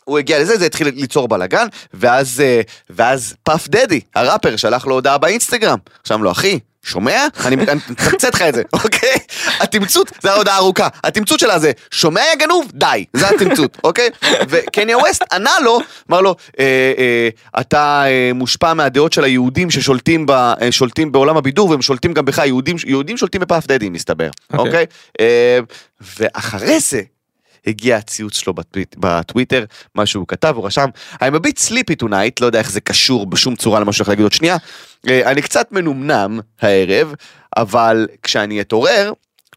[SPEAKER 2] הוא הגיע לזה, זה התחיל ליצור בלאגן, ואז, אה, ואז פאף דדי, הראפר, שלח לו הודעה באינסטגרם. עכשיו לו, אחי, שומע? אני אני מתמצת לך את זה, אוקיי? התמצות, זו ההודעה הארוכה. התמצות שלה זה, שומע יא גנוב? די. זה התמצות, אוקיי? וקניה ווסט ענה לו, אמר לו, אה, אה, אתה אה, מושפע מהדעות של היהודים ששולטים ב, אה, שולטים בעולם הבידור, והם שולטים גם בך, יהודים, יהודים שולטים בפאף דדי, מסתבר,
[SPEAKER 3] אוקיי.
[SPEAKER 2] אוקיי? אה, ואחרי זה, הגיע הציוץ שלו בטוויט, בטוויטר, מה שהוא כתב, הוא רשם, I'm a bit sleepy tonight, לא יודע איך זה קשור בשום צורה למה שאני הולך להגיד עוד שנייה, אה, אני קצת מנומנם הערב, אבל כשאני אתעורר,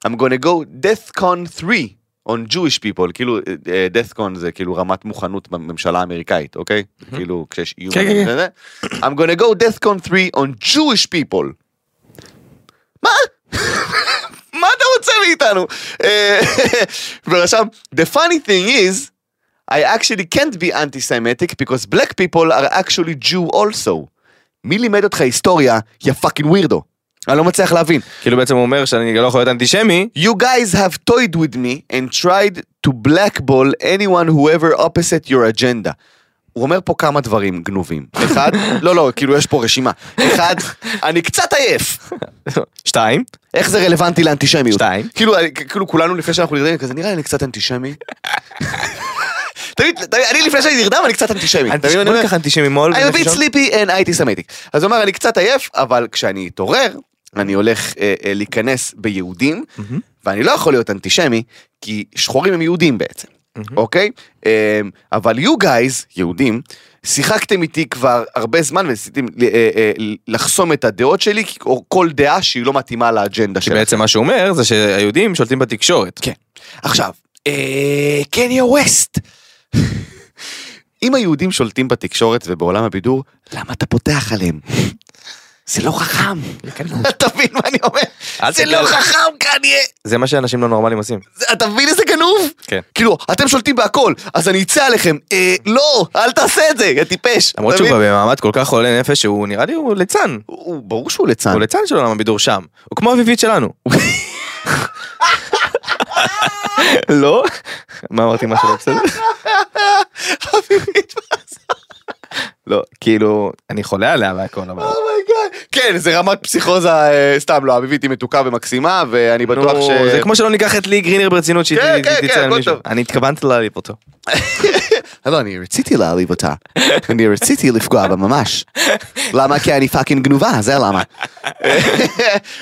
[SPEAKER 2] I'm gonna go deathcon 3 on Jewish people, כאילו אה, אה, deathcon זה כאילו רמת מוכנות בממשלה האמריקאית, אוקיי? כאילו כשיש איום,
[SPEAKER 3] כן, כן, כן.
[SPEAKER 2] וזה. I'm gonna go deathcon 3 on Jewish people. מה? מה אתה רוצה מאיתנו? אה, ורשם, The funny thing is, I actually can't be anti-Semitic because black people are actually Jew also. מי לימד אותך היסטוריה, יא פאקינג ווירדו? אני לא מצליח להבין.
[SPEAKER 3] כאילו בעצם הוא אומר שאני לא יכול להיות אנטישמי.
[SPEAKER 2] You guys have toyed with me and tried to blackball anyone whoever opposite your agenda. הוא אומר פה כמה דברים גנובים. אחד, לא, לא, כאילו יש פה רשימה. אחד, אני קצת עייף.
[SPEAKER 3] שתיים.
[SPEAKER 2] איך זה רלוונטי לאנטישמיות?
[SPEAKER 3] שתיים.
[SPEAKER 2] כאילו, אני- כאילו כולנו לפני שאנחנו נרדמים, כזה נראה לי אני קצת אנטישמי. תמיד, תמיד, אני לפני שאני נרדם אני קצת אנטישמי. אתה מבין מה אני
[SPEAKER 3] בוא
[SPEAKER 2] אומר?
[SPEAKER 3] ניקח אנטישמי מול.
[SPEAKER 2] I'm a bit sleepy and הייתי סמטיק. אז הוא אמר, אני קצת עייף, אבל כשאני אתעורר, אני הולך אה, אה, להיכנס ביהודים, ואני לא יכול להיות אנטישמי, כי שחורים הם יהודים בעצם, אוקיי? אה, אבל you guys, יהודים, שיחקתם איתי כבר הרבה זמן וניסיתם אה, אה, לחסום את הדעות שלי, או כל דעה שהיא לא מתאימה לאג'נדה שלכם.
[SPEAKER 3] שבעצם מה שהוא אומר זה שהיהודים שולטים בתקשורת.
[SPEAKER 2] כן. עכשיו, אה, קניה ווסט. אם היהודים שולטים בתקשורת ובעולם הבידור, למה אתה פותח עליהם? זה לא חכם. אתה מבין מה אני אומר?
[SPEAKER 3] אל
[SPEAKER 2] זה לא
[SPEAKER 3] תגיע ל-
[SPEAKER 2] חכם, קניה.
[SPEAKER 3] זה מה שאנשים לא נורמלים עושים.
[SPEAKER 2] זה- אתה מבין איזה גנוב?
[SPEAKER 3] כן.
[SPEAKER 2] כאילו, אתם שולטים בהכל, אז אני אצא עליכם. אה, לא, אל תעשה את זה, יא טיפש.
[SPEAKER 3] למרות
[SPEAKER 2] אתה
[SPEAKER 3] שהוא
[SPEAKER 2] מבין?
[SPEAKER 3] כבר במעמד כל כך עולה נפש שהוא נראה לי הוא ליצן.
[SPEAKER 2] הוא, ברור שהוא ליצן.
[SPEAKER 3] הוא ליצן של עולם הבידור שם. הוא כמו אביבית שלנו. לא? מה אמרתי משהו לא בסדר?
[SPEAKER 2] אביבית, מה זה?
[SPEAKER 3] לא, כאילו, אני חולה עליה והכל אבל.
[SPEAKER 2] אומייגאד. Oh כן, זה רמת פסיכוזה, אה, סתם לא, אביבית היא מתוקה ומקסימה, ואני בטוח
[SPEAKER 3] נו,
[SPEAKER 2] ש...
[SPEAKER 3] זה כמו שלא ניקח את לי גרינר ברצינות שהיא
[SPEAKER 2] כן, כן,
[SPEAKER 3] ת-
[SPEAKER 2] כן,
[SPEAKER 3] תצא על
[SPEAKER 2] הכל
[SPEAKER 3] מישהו.
[SPEAKER 2] טוב.
[SPEAKER 3] אני התכוונתי להעליב אותו.
[SPEAKER 2] לא, אני רציתי להעליב אותה. אני רציתי לפגוע בה ממש. למה? כי אני פאקינג גנובה, זה למה.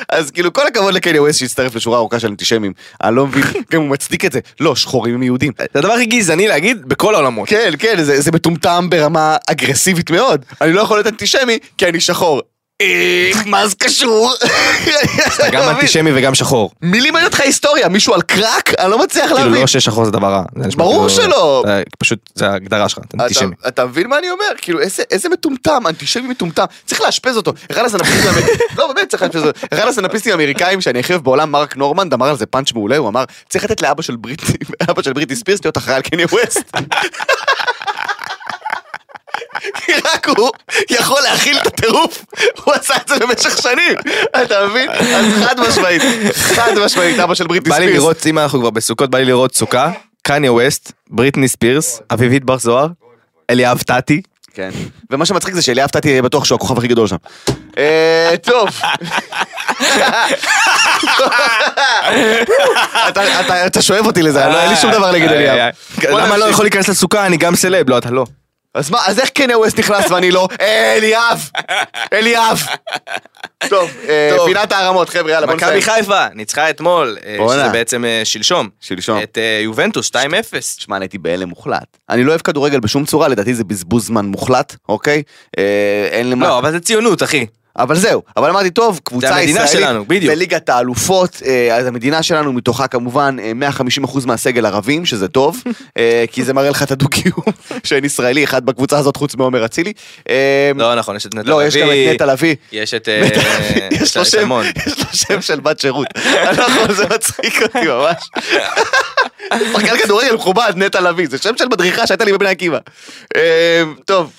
[SPEAKER 2] אז כאילו, כל הכבוד לקניה ווסט שהצטרף לשורה ארוכה של אנטישמים. אני לא מבין, גם הוא מצדיק את זה. לא, שחורים הם יהודים.
[SPEAKER 3] זה הדבר הכי גזעני להגיד בכל העולמות.
[SPEAKER 2] כן, כן, זה, זה מטומטם ברמה אגרסיבית מאוד. אני לא יכול להיות אנטישמי, כי אני שחור. אה, מה זה קשור?
[SPEAKER 3] כן, אתה גם אנטישמי וגם שחור.
[SPEAKER 2] מי לימד אותך היסטוריה? מישהו על קראק? אני לא מצליח
[SPEAKER 3] כאילו
[SPEAKER 2] להבין.
[SPEAKER 3] לא ששחור זה דבר רע. זה נשמע
[SPEAKER 2] ברור
[SPEAKER 3] כאילו-
[SPEAKER 2] שלא.
[SPEAKER 3] זה פשוט, זה ההגדרה שלך, אתה אנטישמי.
[SPEAKER 2] אתה, אתה מבין מה אני אומר? כאילו איזה, איזה מטומטם, אנטישמי מטומטם. צריך לאשפז אותו. אחד הסנאפיסטים, האמר- לא באמת צריך לאשפז אותו. אחד הסנאפיסטים האמריקאים שאני הכי אוהב בעולם, מרק נורמנד, אמר על זה פאנץ' מעולה, הוא אמר, צריך לתת לאבא של בריטי, אבא של בריטי ספירס להיות אחראי על קניה ווסט. כי רק הוא יכול להכיל את הטירוף, הוא עשה את זה במשך שנים, אתה מבין? אז חד משמעית, חד משמעית, אבא של בריטי
[SPEAKER 3] בא
[SPEAKER 2] ספירס.
[SPEAKER 3] לי לראות, אם אנחנו כבר בסוכות, בא לי לראות סוכה, קניה ווסט, בריטני ספירס, אביבית בר זוהר, אליאב טאטי.
[SPEAKER 2] כן. ומה שמצחיק זה שאליאב טאטי יהיה בטוח שהוא הכוכב הכי גדול שם. אה, טוב. אתה- אתה- אתה שואב אותי לזה, לא, אין לי שום דבר נגד
[SPEAKER 3] אה, אה,
[SPEAKER 2] אליאב.
[SPEAKER 3] אה,
[SPEAKER 2] בוא
[SPEAKER 3] למה לא
[SPEAKER 2] נמשיך.
[SPEAKER 3] יכול להיכנס לסוכה? אני גם סלב. לא, אתה לא.
[SPEAKER 2] אז מה, אז איך קניה ווסט נכנס ואני לא? אה, אליאב! אליאב! טוב, אה,
[SPEAKER 3] טוב.
[SPEAKER 2] פינת הערמות, חבר'ה, יאללה, בוא נסיים.
[SPEAKER 3] מכבי חיפה ניצחה אתמול, אה,
[SPEAKER 2] בואנה.
[SPEAKER 3] שזה בעצם אה, שלשום.
[SPEAKER 2] שלשום.
[SPEAKER 3] את אה, יובנטוס 2-0.
[SPEAKER 2] תשמע, אני הייתי בהלם מוחלט. אני לא אוהב כדורגל בשום צורה, לדעתי זה בזבוז זמן מוחלט, אוקיי? אה, אין למה...
[SPEAKER 3] לא, אבל זה ציונות, אחי.
[SPEAKER 2] אבל זהו, אבל אמרתי, טוב, קבוצה
[SPEAKER 3] זה
[SPEAKER 2] ישראלית,
[SPEAKER 3] המדינה שלנו, בדיוק.
[SPEAKER 2] בליגת האלופות, אה, אז המדינה שלנו מתוכה כמובן אה, 150% מהסגל ערבים, שזה טוב, אה, כי זה מראה לך את הדו-קיום שאין ישראלי אחד בקבוצה הזאת חוץ מעומר אצילי. אה,
[SPEAKER 3] לא, נכון, יש את נטע לביא.
[SPEAKER 2] לא, יש גם את נטע לביא.
[SPEAKER 3] יש את... אה,
[SPEAKER 2] נטע לביא,
[SPEAKER 3] את
[SPEAKER 2] יש לו שם,
[SPEAKER 3] אלמון.
[SPEAKER 2] יש לו שם של בת שירות. אנחנו, זה מצחיק אותי ממש. שחקן כדורגל מכובד, נטע לביא, זה שם של מדריכה שהייתה לי בבני עקיבא. אה, טוב,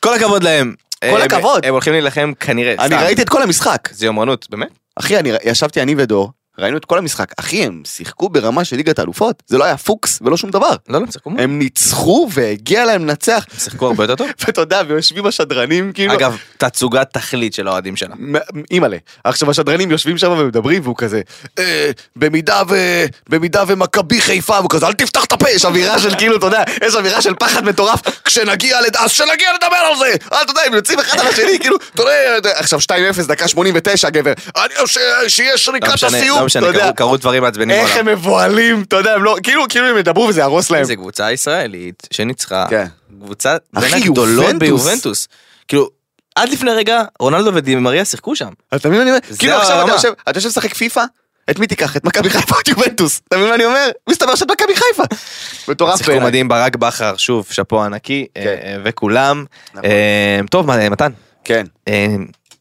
[SPEAKER 3] כל הכבוד להם.
[SPEAKER 2] כל
[SPEAKER 3] אה,
[SPEAKER 2] הכבוד.
[SPEAKER 3] הם הולכים להילחם כנראה.
[SPEAKER 2] אני
[SPEAKER 3] סתם.
[SPEAKER 2] ראיתי את כל המשחק.
[SPEAKER 3] זה יומרנות, באמת?
[SPEAKER 2] אחי, אני ישבתי אני ודור, ראינו את כל המשחק. אחי, הם שיחקו ברמה של ליגת האלופות, זה לא היה פוקס ולא שום דבר.
[SPEAKER 3] לא, לא, הם שיחקו מעולה.
[SPEAKER 2] הם ניצחו והגיע להם לנצח,
[SPEAKER 3] הם שיחקו הרבה יותר טוב.
[SPEAKER 2] ואתה יודע, ויושבים השדרנים, כאילו...
[SPEAKER 3] אגב, תצוגת תכלית של האוהדים שלה. לא
[SPEAKER 2] מ- אימא'לה. עכשיו השדרנים יושבים שם ומדברים והוא כזה, "אה, במידה ו... במידה ומכבי חיפה, והוא כזה, אל תפתח את הפה, יש אווירה של כאילו, אתה יודע, יש אווירה של פחד מטורף, כשנגיע לד... אז כשנגיע לדבר על זה! אה, אתה יודע, הם יוצאים אחד על השני, כאילו, אתה יודע, עכשיו 2-0, דקה 89, גבר, אני... ש- שיהיה
[SPEAKER 3] לא
[SPEAKER 2] שריקת
[SPEAKER 3] משנה,
[SPEAKER 2] הסיום,
[SPEAKER 3] לא
[SPEAKER 2] אתה
[SPEAKER 3] משנה,
[SPEAKER 2] יודע.
[SPEAKER 3] קרו- קרו דברים מעצבנים
[SPEAKER 2] איך הם מבוהלים, אתה יודע, הם לא, כאילו, כאילו הם ידברו וזה יהרוס להם.
[SPEAKER 3] זו קבוצה ישראלית שניצחה.
[SPEAKER 2] כן.
[SPEAKER 3] קבוצה בין
[SPEAKER 2] אחי,
[SPEAKER 3] הגדולות
[SPEAKER 2] יובנטוס.
[SPEAKER 3] ביובנטוס. כאילו, עד לפני רגע, רונלדו ודימריה שיחקו שם.
[SPEAKER 2] אתה מבין מה אני אומר?
[SPEAKER 3] זה
[SPEAKER 2] כאילו עכשיו אתה
[SPEAKER 3] הרמה.
[SPEAKER 2] יושב, אתה יושב לשחק פיפא, את מי תיקח? את מכבי חיפה או את יובנטוס? אתה מבין מה אני אומר? מסתבר שאת מכבי חיפה. מטורף
[SPEAKER 3] שיחקו
[SPEAKER 2] בעיניי.
[SPEAKER 3] מדהים, ברק בכר, שוב, שאפו ענקי, אה,
[SPEAKER 2] כן.
[SPEAKER 3] אה, וכולם.
[SPEAKER 2] נכון.
[SPEAKER 3] אה, טוב, מה- מתן,
[SPEAKER 2] כן.
[SPEAKER 3] אה,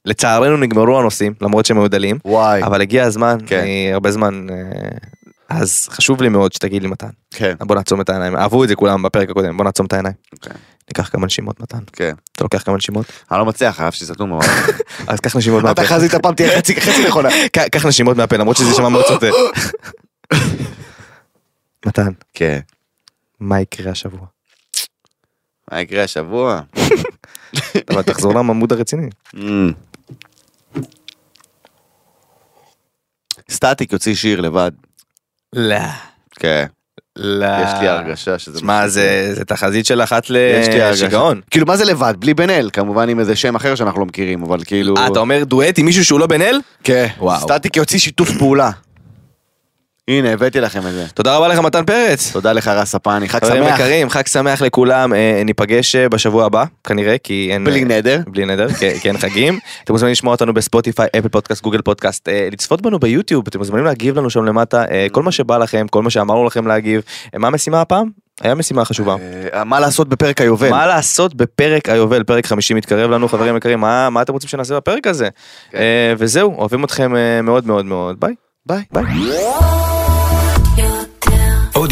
[SPEAKER 3] לצערנו נגמרו הנושאים, למרות שהם היו דלים,
[SPEAKER 2] וואי.
[SPEAKER 3] אבל הגיע הזמן,
[SPEAKER 2] כן.
[SPEAKER 3] אני הרבה זמן, אה, אז חשוב לי מאוד שתגיד לי מתן.
[SPEAKER 2] כן.
[SPEAKER 3] בוא נעצום את העיניים, אהבו את זה כולם בפרק הקודם, בוא נעצום את העיניים.
[SPEAKER 2] אוקיי.
[SPEAKER 3] ניקח כמה נשימות מתן.
[SPEAKER 2] כן.
[SPEAKER 3] אתה לוקח כמה נשימות?
[SPEAKER 2] אני לא מצליח, אהב שיסתנו ממש.
[SPEAKER 3] אז קח נשימות
[SPEAKER 2] אתה
[SPEAKER 3] מהפה.
[SPEAKER 2] חזית הפעם תהיה חצי חצי נכונה.
[SPEAKER 3] ק- קח נשימות מהפה למרות שזה שמע מאוד סוטה. מתן,
[SPEAKER 2] כן.
[SPEAKER 3] מה יקרה השבוע?
[SPEAKER 2] מה יקרה השבוע?
[SPEAKER 3] אבל תחזור למעמוד הרציני.
[SPEAKER 2] Mm. סטטיק יוציא שיר לבד.
[SPEAKER 3] לא.
[SPEAKER 2] כן.
[SPEAKER 3] לא.
[SPEAKER 2] יש לי הרגשה שזה...
[SPEAKER 3] שמע, זה זה תחזית של אחת
[SPEAKER 2] יש לי הרגשה.
[SPEAKER 3] לשיגעון.
[SPEAKER 2] כאילו מה זה לבד? בלי בן אל, כמובן עם איזה שם אחר שאנחנו לא מכירים, אבל כאילו...
[SPEAKER 3] אה, אתה אומר דואט עם מישהו שהוא לא בן אל?
[SPEAKER 2] כן.
[SPEAKER 3] וואו.
[SPEAKER 2] סטטיק יוציא שיתוף פעולה. הנה, הבאתי לכם את זה.
[SPEAKER 3] תודה רבה לך מתן פרץ.
[SPEAKER 2] תודה לך רס הפני, חג
[SPEAKER 3] חברים
[SPEAKER 2] שמח.
[SPEAKER 3] יקרים, חג שמח לכולם, אה, ניפגש אה, בשבוע הבא, כנראה, כי אין... אה,
[SPEAKER 2] בלי נדר.
[SPEAKER 3] בלי נדר, כן, כן חגים. אתם מוזמנים לשמוע אותנו בספוטיפיי, אפל פודקאסט, גוגל פודקאסט, אה, לצפות בנו ביוטיוב, אתם מוזמנים להגיב לנו שם למטה, אה, כל מה שבא לכם, כל מה שאמרנו לכם להגיב. אה, מה המשימה הפעם? היה משימה חשובה.
[SPEAKER 2] אה, מה לעשות בפרק היובל?
[SPEAKER 3] מה לעשות בפרק היובל, פרק 50 מתקרב לנו, חברים יקרים, מה מה אתם רוצים שנעשה בפרק הזה?
[SPEAKER 2] כן.
[SPEAKER 3] אה, וזהו, אוהבים אתכם אה, מאוד מאוד מאוד, ביי.
[SPEAKER 2] ביי.
[SPEAKER 3] ביי.
[SPEAKER 1] עוד